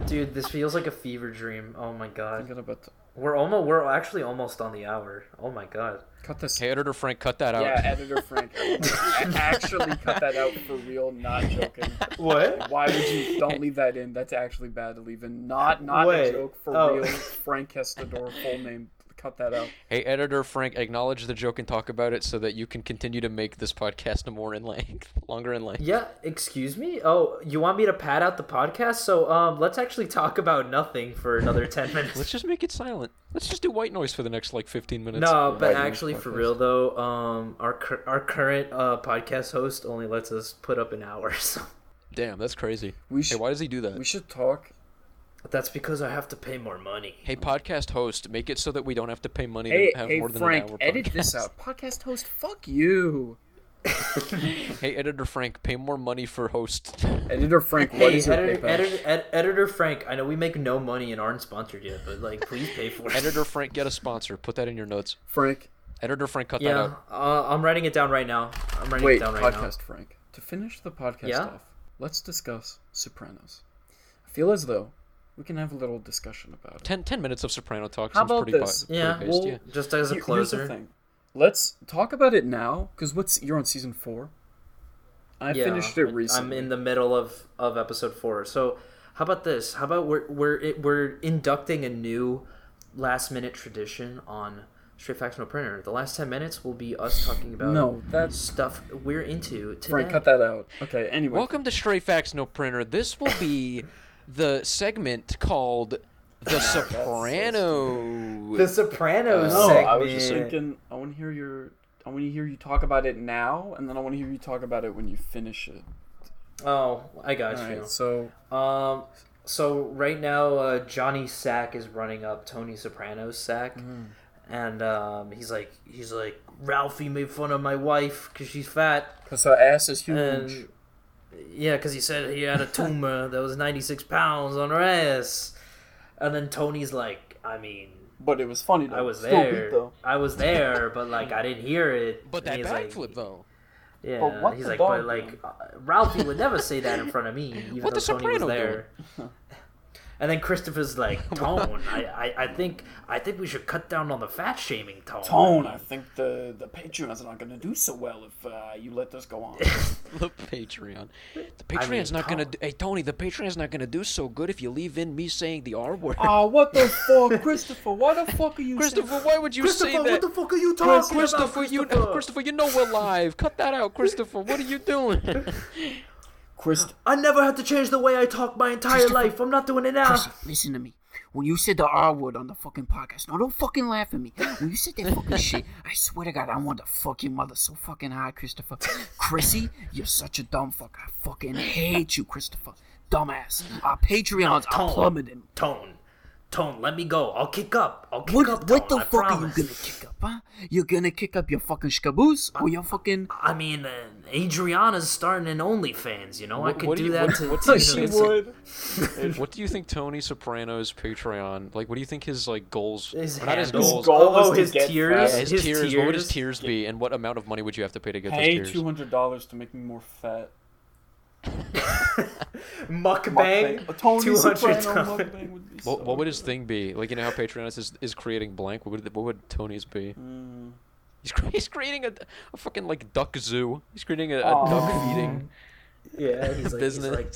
A: dude, this feels like a fever dream. Oh my
B: I
A: god,
B: got about to
A: we're almost we're actually almost on the hour. Oh my god.
B: cut this.
C: Hey, editor Frank, cut that out.
B: Yeah, editor *laughs* Frank, I actually cut that out for real. Not joking.
A: What?
B: Why would *laughs* you? Don't leave that in. That's actually bad to leave in. Not not
A: Wait.
B: a joke for
A: Oh.
B: real. Frank Hestador, full name. Cut that out.
C: Hey, editor Frank, acknowledge the joke and talk about it so that you can continue to make this podcast more in length, *laughs* longer in
A: *laughs*
C: length.
A: Yeah, excuse me. Oh, you want me to pad out the podcast? So, um, let's actually talk about nothing for another ten minutes.
C: Let's just make it silent. Let's just do white noise for the next like 15 minutes.
A: No, but
B: Right, no
A: actually, for
B: podcast.
A: real though, um, our cur- our current uh, podcast host only lets us put up an hour, *laughs* so
C: Damn, that's crazy.
B: We
C: Hey,
B: should
C: why does he do
B: we
C: that?
B: should talk.
A: that's because I have to pay more money.
C: Hey, podcast host, make it so that we don't have to pay money
B: Hey,
C: to have
B: hey
C: more than
B: Frank,
C: an hour.
B: edit
C: podcast.
B: this out. Podcast host, fuck you.
C: Hey, editor Frank, pay more money for host.
B: Editor Frank, what
A: Hey,
B: is your
A: editor,
B: PayPal?
A: editor, ed, editor Frank, I know we make no money and aren't sponsored yet, but like, please pay for it.
C: *laughs* editor Frank, get a sponsor. Put that in your notes.
B: Frank,
C: Editor Frank, cut that
A: yeah,
C: out.
A: uh, I'm writing it down right now. I'm writing
B: wait,
A: it down right
B: podcast Frank. To finish the podcast
A: Yeah?
B: off, let's discuss Sopranos. I feel as though we can have a little discussion about it.
C: Ten, ten minutes of Soprano talk
B: How
C: seems
B: about
C: pretty, bu-
B: this?
A: now.
C: pretty
A: Yeah,
C: based,
B: well,
C: yeah.
A: just as a
B: Here- here's the
A: closer.
B: thing. Let's talk about it now, because what's you're on season four. I
A: Yeah,
B: finished it recently.
A: I'm in the middle of of episode four. So how about this? How about we're we're it, we're inducting a new last minute tradition on Straight Facts No Printer. The last ten minutes will be us talking about
B: No, that's
A: stuff we're into today.
B: Frank. Cut that out. Okay. Anyway,
A: *coughs*
C: Welcome to Stray Facts No Printer. This will be the segment called The Sopranos.
A: The Sopranos
B: No,
A: segment.
B: Oh, I was just thinking. I want to hear your. I want to hear you talk about it now, and then I want to hear you talk about it when you finish it.
A: Oh, I got
B: All
A: you.
B: right. So
A: Um, so right now, uh, Johnny Sack is running up Tony Soprano's sack,
B: Mm.
A: and um, he's like, he's like, Ralphie made fun of my wife because she's fat,
B: because her ass is huge.
A: and yeah, because he said he
B: *laughs*
A: had a tumor that was ninety six pounds on her ass, and then Tony's like, I mean,
B: But it was funny though.
A: I was
B: Still
A: there,
B: Beat, though.
A: I was there, but like I didn't hear it.
C: But
A: And
C: that
A: he's like-
C: backflip though.
A: yeah,
B: But what
A: he's
B: the
A: like,
B: dog
A: but like, uh, Ralphie would never say that in front of
B: *laughs*
A: me, even
C: What
A: though
C: the
A: Tony was
C: soprano
A: there. and then Christopher's
C: *laughs*
A: like, Tone, I, I, I think, I think we should cut down on the fat shaming, Tone.
B: Tone, I think the the Patreon's not going to do so well if uh, you let this go on.
C: The Patreon. The Patreon's not gonna.
A: Tony-
C: do- hey Tony, the Patreon's not gonna do so good if you leave in me saying the R word.
A: Oh,
B: Ah, what the *laughs* fuck, Christopher? Why the fuck are you?
C: *laughs* Christopher, why would you say
A: Christopher,
C: that?
A: what the fuck are you talking about,
C: Christopher,
A: Christopher?
C: you Christopher, you know we're live. Cut that out, Christopher. What are you doing?
B: Christ,
A: I never had to change the way I talk my entire life. I'm not doing it now.
F: Listen to me. When you said the R word on the fucking podcast, now don't fucking laugh at me. When you said that fucking shit, I swear to God, I want to fuck your mother so fucking hard, Christopher. Chrissy, you're such a dumb fuck. I fucking hate you, Christopher. Dumbass. Our Patreons are
A: Tone.
F: plummeting.
A: Tone, Tone, let me go. I'll kick up. I'll kick
F: What,
A: up.
F: what the
A: Tone, I
F: fuck are you
A: promise.
F: gonna kick up, huh? You're gonna kick up your fucking skaboose or your
B: *laughs*
F: fucking.
A: I mean, uh, Adriana's starting an OnlyFans. You know, I
C: What-
A: could
C: what do
A: do
C: you-
A: that
C: what-
A: to.
C: what do
A: to
C: you
A: you
C: think-
A: know,
C: *laughs* what do you think Tony Soprano's Patreon? Like, what do you think his like goals?
A: his
C: or not his
A: handle.
C: goals.
B: goal
A: oh,
B: is to
A: his
B: get
A: tears.
B: fat.
C: his,
A: his
C: tiers, What would his tiers be, and what amount of money would you have to pay to get
B: pay
C: those
B: two
C: tiers?
B: hundred dollars to make me more fat.
A: Mukbang.
B: Mukbang. Oh, Tony
A: Two
B: *laughs*
A: hundred
B: Soprano mukbang would be
C: What,
B: so
C: what would his
B: good.
C: thing be? Like, you know how Patreon is is creating blank. What would what would Tony's be?
B: Mm.
C: He's, cre- *laughs* he's creating a, a fucking like duck zoo. He's creating a, a duck
B: Aw.
C: feeding
F: *laughs*
A: Yeah, he's like,
C: business.
A: He's like,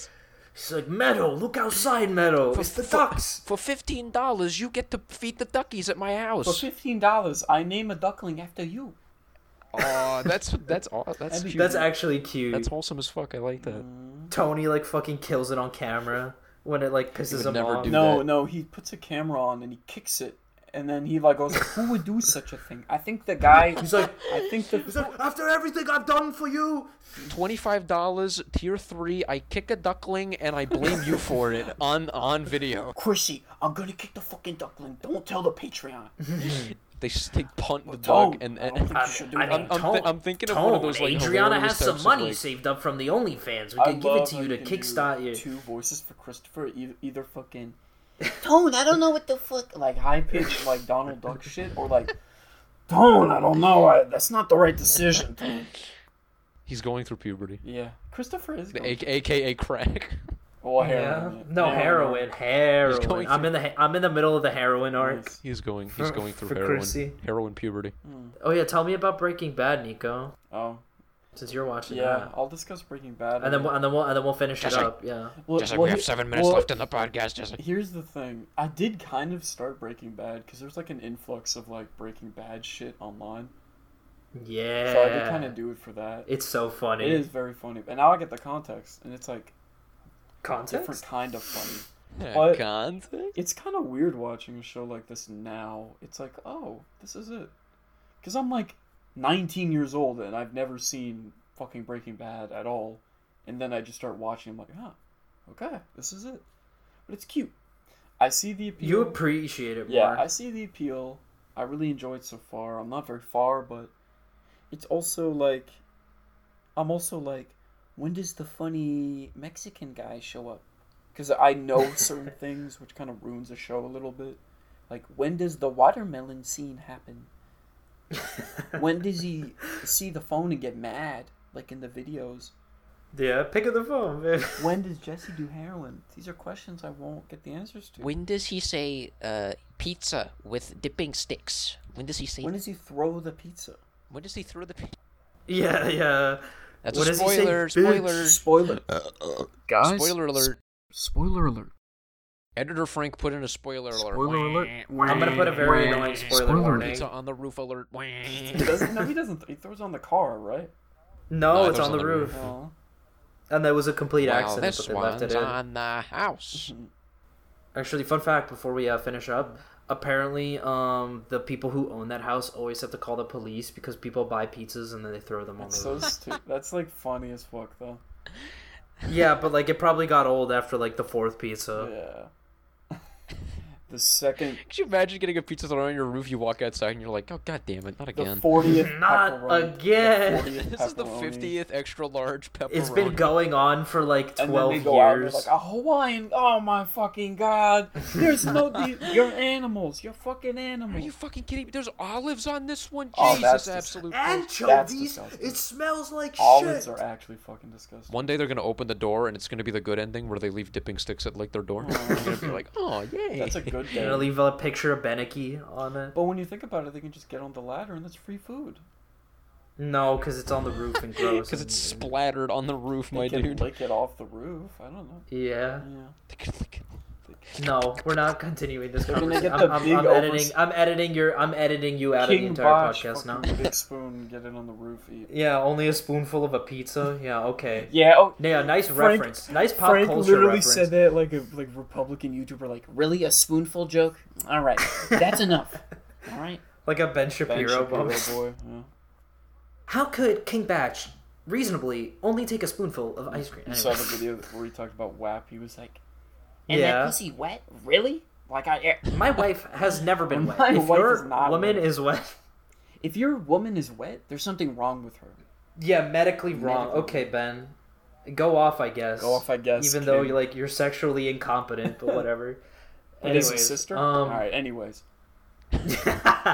A: he's like, Meadow, look outside, Meadow. It's the ducks.
C: For fifteen dollars, you get to feed the duckies at my
B: For
C: house.
B: fifteen dollars, I name a duckling after you.
C: Aw, that's that's
B: *laughs*
C: aw- that's
B: That'd be-
C: cute.
A: That's actually cute.
C: That's wholesome as fuck. I like that.
A: Tony like fucking kills it on camera when it like pisses
C: would
A: him
C: never
A: off.
C: do
B: No,
C: that.
B: no, he puts a camera on and he kicks it, and then he like goes, "Who would do such a thing?" I think the guy.
A: He's like,
B: I think
A: he's
B: the.
A: like, after everything I've done for you,
C: Twenty-five dollars, tier three. I kick a duckling and I blame you
B: *laughs*
C: for it on on video.
B: Chrissy, I'm gonna kick the fucking duckling. Don't tell the Patreon.
C: They s- they punt the
B: Don't.
C: dog and,
B: I don't
C: and
B: think you should do
A: I
B: that.
A: mean,
C: I'm thi-
A: Tone,
C: I'm thinking of
A: Tone,
C: one of those, like,
A: Adriana
C: hilarious
A: has some
C: types of,
A: money
C: like-
A: saved up from the OnlyFans. We
B: I
A: can give it
B: love
A: to
B: how
A: you to
B: can do
A: kickstart your.
B: Two voices for Christopher, e- either fucking
E: Tone, I don't know what the fuck.
B: like high pitched like Donald Duck shit, or like, Tone. I don't know. I, that's not the right decision. Tone."
C: he's going
A: *laughs*
C: through puberty.
B: Yeah, Christopher is.
C: The
B: going-
C: A- AKA crack. *laughs*
B: Well,
A: Yeah.
B: heroin. yeah.
A: No heroin,
C: He's
A: heroin.
C: going
A: I'm in the he- I'm in the middle of the heroin arc.
B: Nice.
C: He's going. He's
A: For-
C: going through
A: for
C: heroin.
A: Chrissy.
C: Heroin puberty.
A: Oh yeah, tell me about Breaking Bad, Nico,
B: Oh,
A: since you're watching
B: yeah.
A: that.
B: I'll discuss Breaking Bad.
A: And then we'll- and then we'll and then we'll finish it
D: Jesse.
A: up. Yeah.
B: Well,
D: Just like
B: well,
D: we have
B: he-
D: seven minutes
B: well,
D: left in the podcast. Just like,
B: Here's the thing. I did kind of start Breaking Bad because there's like an influx of like Breaking Bad shit online.
A: Yeah.
B: So I did kind of do it for that.
A: It's so funny.
B: It is very funny. And now I get the context, and it's like different
A: Context.
B: kind of funny.
C: *laughs* Yeah,
B: What?
C: content.
B: It's kind of weird watching a show like this now. It's like, oh, this is it. Because I'm like 19 years old and I've never seen fucking Breaking Bad at all. And then I just start watching. I'm like, huh, okay, this is it. But it's cute. I see the appeal.
A: You appreciate it more.
B: Yeah, I see the appeal. I really enjoyed so far. I'm not very far, but it's also like I'm also like, when does the funny Mexican guy show up? Because I know certain things, which kind of ruins the show a little bit. Like, when does the watermelon scene happen? when does he see the phone and get mad, like in the videos?
A: yeah. Pick up the phone. Man.
B: When does Jesse do heroin? These are questions I won't get the answers to.
D: when does he say uh, pizza with dipping sticks? When does he say?
B: When does he throw the pizza?
D: when does he throw the? pi-
A: Yeah, yeah.
D: That's
A: What
D: a
A: does he say?
D: spoiler.
A: Bitch.
D: Spoiler.
B: Spoiler.
F: Guys?
C: Spoiler alert.
F: Spoiler alert.
C: Editor Frank put in a spoiler alert.
F: Spoiler alert.
A: I'm gonna put a very annoying spoiler,
F: Spoiler
A: warning.
C: Pizza on the roof alert.
B: He doesn't, no, he doesn't. He throws on the car, right? Oh,
A: No,
C: No,
A: it's on the roof.
B: No.
A: And there was a complete
C: Wow,
A: accident,
C: this
A: but they left
C: one's
A: it in.
C: on the house.
A: Actually, fun fact before we uh, finish up. Apparently, um, the people who own that house always have to call the police because people buy pizzas and then they throw them on the
B: That's so
A: roof.
B: stu- That's like funny as fuck though.
A: *laughs* Yeah, but like it probably got old after like the fourth pizza.
B: Yeah. The second,
C: Could you imagine getting a pizza thrown on your roof? You walk outside and you're like, oh god damn it, not
B: the
C: again.
B: fortieth.
A: Not again.
C: this is the fiftieth extra large pepperoni.
A: It's been going on for like
B: And then
A: twelve
B: they go out and they're
A: years.
B: like a Hawaiian. Oh my fucking god! There's no. De- you're animals. You're fucking
C: Are
B: animals.
C: you fucking kidding me? There's olives on this one.
B: Oh, that's
C: Jesus,
B: disgusting.
C: absolute.
B: That's
A: Anchovies.
B: disgusting.
A: It smells like
B: Olives
A: shit.
B: are actually fucking disgusting.
C: One day they're gonna open the door and it's gonna be the good ending where they leave dipping sticks at like their door. I'm gonna be like, oh yay.
B: That's a
C: *laughs*
B: good
A: You're gonna
B: day.
A: leave a picture of Beneki on it?
B: But when you think about it, they can just get on the ladder and that's free food.
A: No, because it's on the roof
B: *laughs*
A: and gross.
C: because it's
A: and-
C: splattered on the roof,
B: They
C: my
B: can
C: dude.
B: lick it off the roof. I don't know.
A: Yeah.
B: Yeah.
C: *laughs* They can lick
A: No, we're not continuing this
B: They're gonna
A: conversation.
B: get
A: I'm,
B: the
A: I'm,
B: big
A: I'm
B: overs-
A: editing. I'm editing your. I'm editing you out
B: King
A: of the entire
B: Bosh,
A: podcast now.
B: *laughs* fucking Big spoon, get it on the roof. Eat.
A: Yeah, only a spoonful of a pizza. Yeah, okay.
B: Yeah. Oh,
A: Yeah, nice
B: Frank-
A: reference. Nice pop
B: Frank
A: culture
B: literally
A: reference.
B: said that like a like Republican YouTuber. Like
F: Really, a spoonful joke? All right, that's enough. All right.
A: Like a Ben
B: Ben
A: Shapiro,
B: Shapiro
A: moment.
B: boy. Yeah.
A: *laughs* How could King Batch reasonably only take a spoonful of ice cream?
B: You saw
A: Anyway.
B: the video where he talked about WAP. He was like, eh,
F: And
A: *laughs* Yeah.
F: that pussy wet? Really? Like I,
A: My wife has never been wet.
B: My
A: if
B: wife
A: your
B: is not
A: woman
B: wet.
A: is wet, *laughs*
B: if your woman is wet, there's something wrong with her.
A: yeah, medically wrong.
B: Medically.
A: Okay, Ben, go off. I guess.
B: Go off, I guess.
A: Even though
B: kid.
A: you like you're sexually incompetent,
B: *laughs*
A: but whatever.
B: But is his sister.
A: Um,
B: All right. Anyways,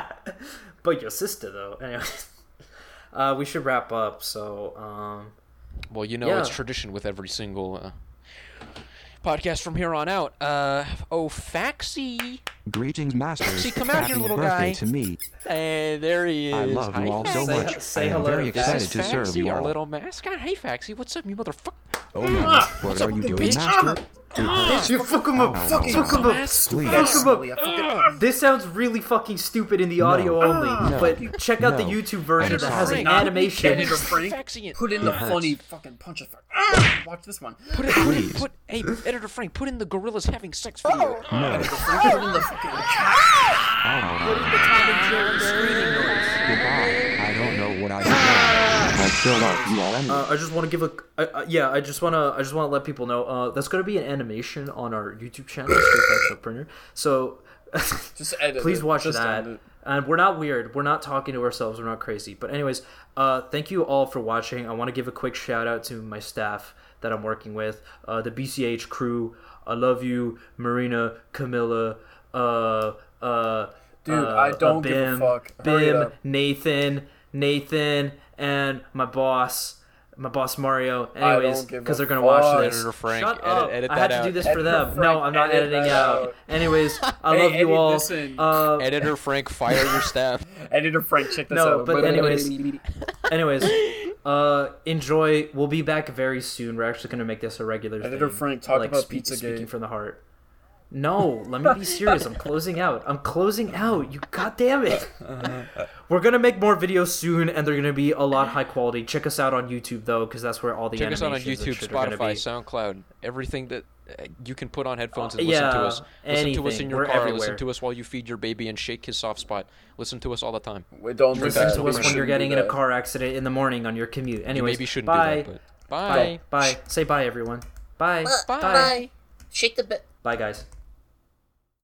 A: *laughs* but your sister though. *laughs* Anyways, uh, we should wrap up. So um,
C: Well, you know, it's
A: Yeah.
C: tradition with every single uh, podcast from here on out. Uh, oh, Faxi.
G: Greetings, masters.
C: See, come out
G: Happy
C: here, little
G: birthday
C: guy.
G: to me.
C: Hey, there he is.
G: I love
C: Hi,
G: you all
C: Faxi.
G: so
A: Say-
G: much.
A: say
G: I am
A: hello.
G: very
A: This
G: excited
C: This is
G: to serve
C: Faxi,
G: you
C: our
G: all.
C: little mascot. Hey, Faxi, what's up, you motherfucker?
G: Oh man,
A: Ah,
G: what are you doing, master?
C: Ah,
G: Oh,
A: you fuck him up. Oh, Fuck, fuck him up.
G: Please.
A: Fuck him up. This sounds really fucking stupid in the audio only, but check out the
G: No.
A: YouTube version
G: I'm
A: that has
C: sorry.
A: an
C: Not
A: animation.
F: Get it, Frank.
C: Faxi in.
F: put in
G: It
F: the
G: hurts.
F: funny fucking punch effect. Ah, Watch this one.
C: Put it, put it,
G: Please.
C: put, hey, editor Frank, put in the gorillas having sex video.
G: No.
F: Put in the fucking
G: Ow. Goodbye. I don't know what I did.
A: Ah.
G: I still love you all anyway.
A: Uh, I just want to give a I- I- yeah. I just want to I just want to let people know uh, that's going to be an animation on our YouTube channel, Straight Facts Up Printer. So *laughs*
B: just edit.
A: please
B: it.
A: watch
B: Just
A: that.
B: end it.
A: And we're not weird. We're not talking to ourselves. We're not crazy. But anyways, uh, thank you all for watching. I want to give a quick shout out to my staff that I'm working with, uh, the BCH crew. I love you, Marina, Camilla, uh, uh,
B: Dude,
A: uh,
B: I
A: uh,
B: don't give a
A: Bim,
B: fuck. Hurry it
A: Bim,
B: up.
A: Nathan, Nathan, and my boss, my boss Mario.
B: don't
A: Anyways,
B: give a
A: because they're gonna watch
B: fuck.
A: this.
C: Editor Frank,
A: Shut
C: edit-
A: up.
C: edit
A: I
C: that
A: had to do
C: out.
A: this for
B: Editor
A: them.
B: Frank,
A: no, I'm not
B: edit
A: editing
B: that
A: out.
B: out.
A: Anyways, I
B: Hey,
A: love you
B: edit
A: all.
B: this in.
A: Uh,
C: Editor Frank, fire your staff.
B: Editor Frank, check this
A: No,
B: out.
A: but anyways, anyways, uh, enjoy. We'll be back very soon. We're actually gonna make this a regular.
B: Editor
A: thing,
B: Frank, talk about
A: speak-
B: Pizzagate.
A: Speaking from the heart. No, let me be serious. I'm closing out. I'm closing out. You goddamn
C: *laughs*
A: it. We're gonna make more videos soon, and they're gonna be a lot high quality. Check us out on YouTube though, because that's where all the
C: *laughs* Check us out on
A: animations and
C: YouTube,
A: shit are gonna
C: Spotify,
A: be.
C: SoundCloud, everything that uh, you can put on headphones and
A: Uh,
C: listen to
A: yeah,
C: us. Listen to us in
A: anything.
C: your
A: We're
C: car.
A: everywhere.
C: Listen to us while you feed your baby and shake his soft spot. Listen to us all the time.
B: we don't do
A: Listen
B: that.
A: to
B: We
A: us when
B: shouldn't
A: you're
B: do
A: getting in a
B: that.
A: car accident in the morning on your commute. Anyways,
C: Maybe you shouldn't
A: bye.
C: do that, but
A: Bye.
C: bye.
A: Bye. Say bye, everyone. Bye.
C: Bye.
A: Bye.
F: Shake the bit.
A: Bye, guys.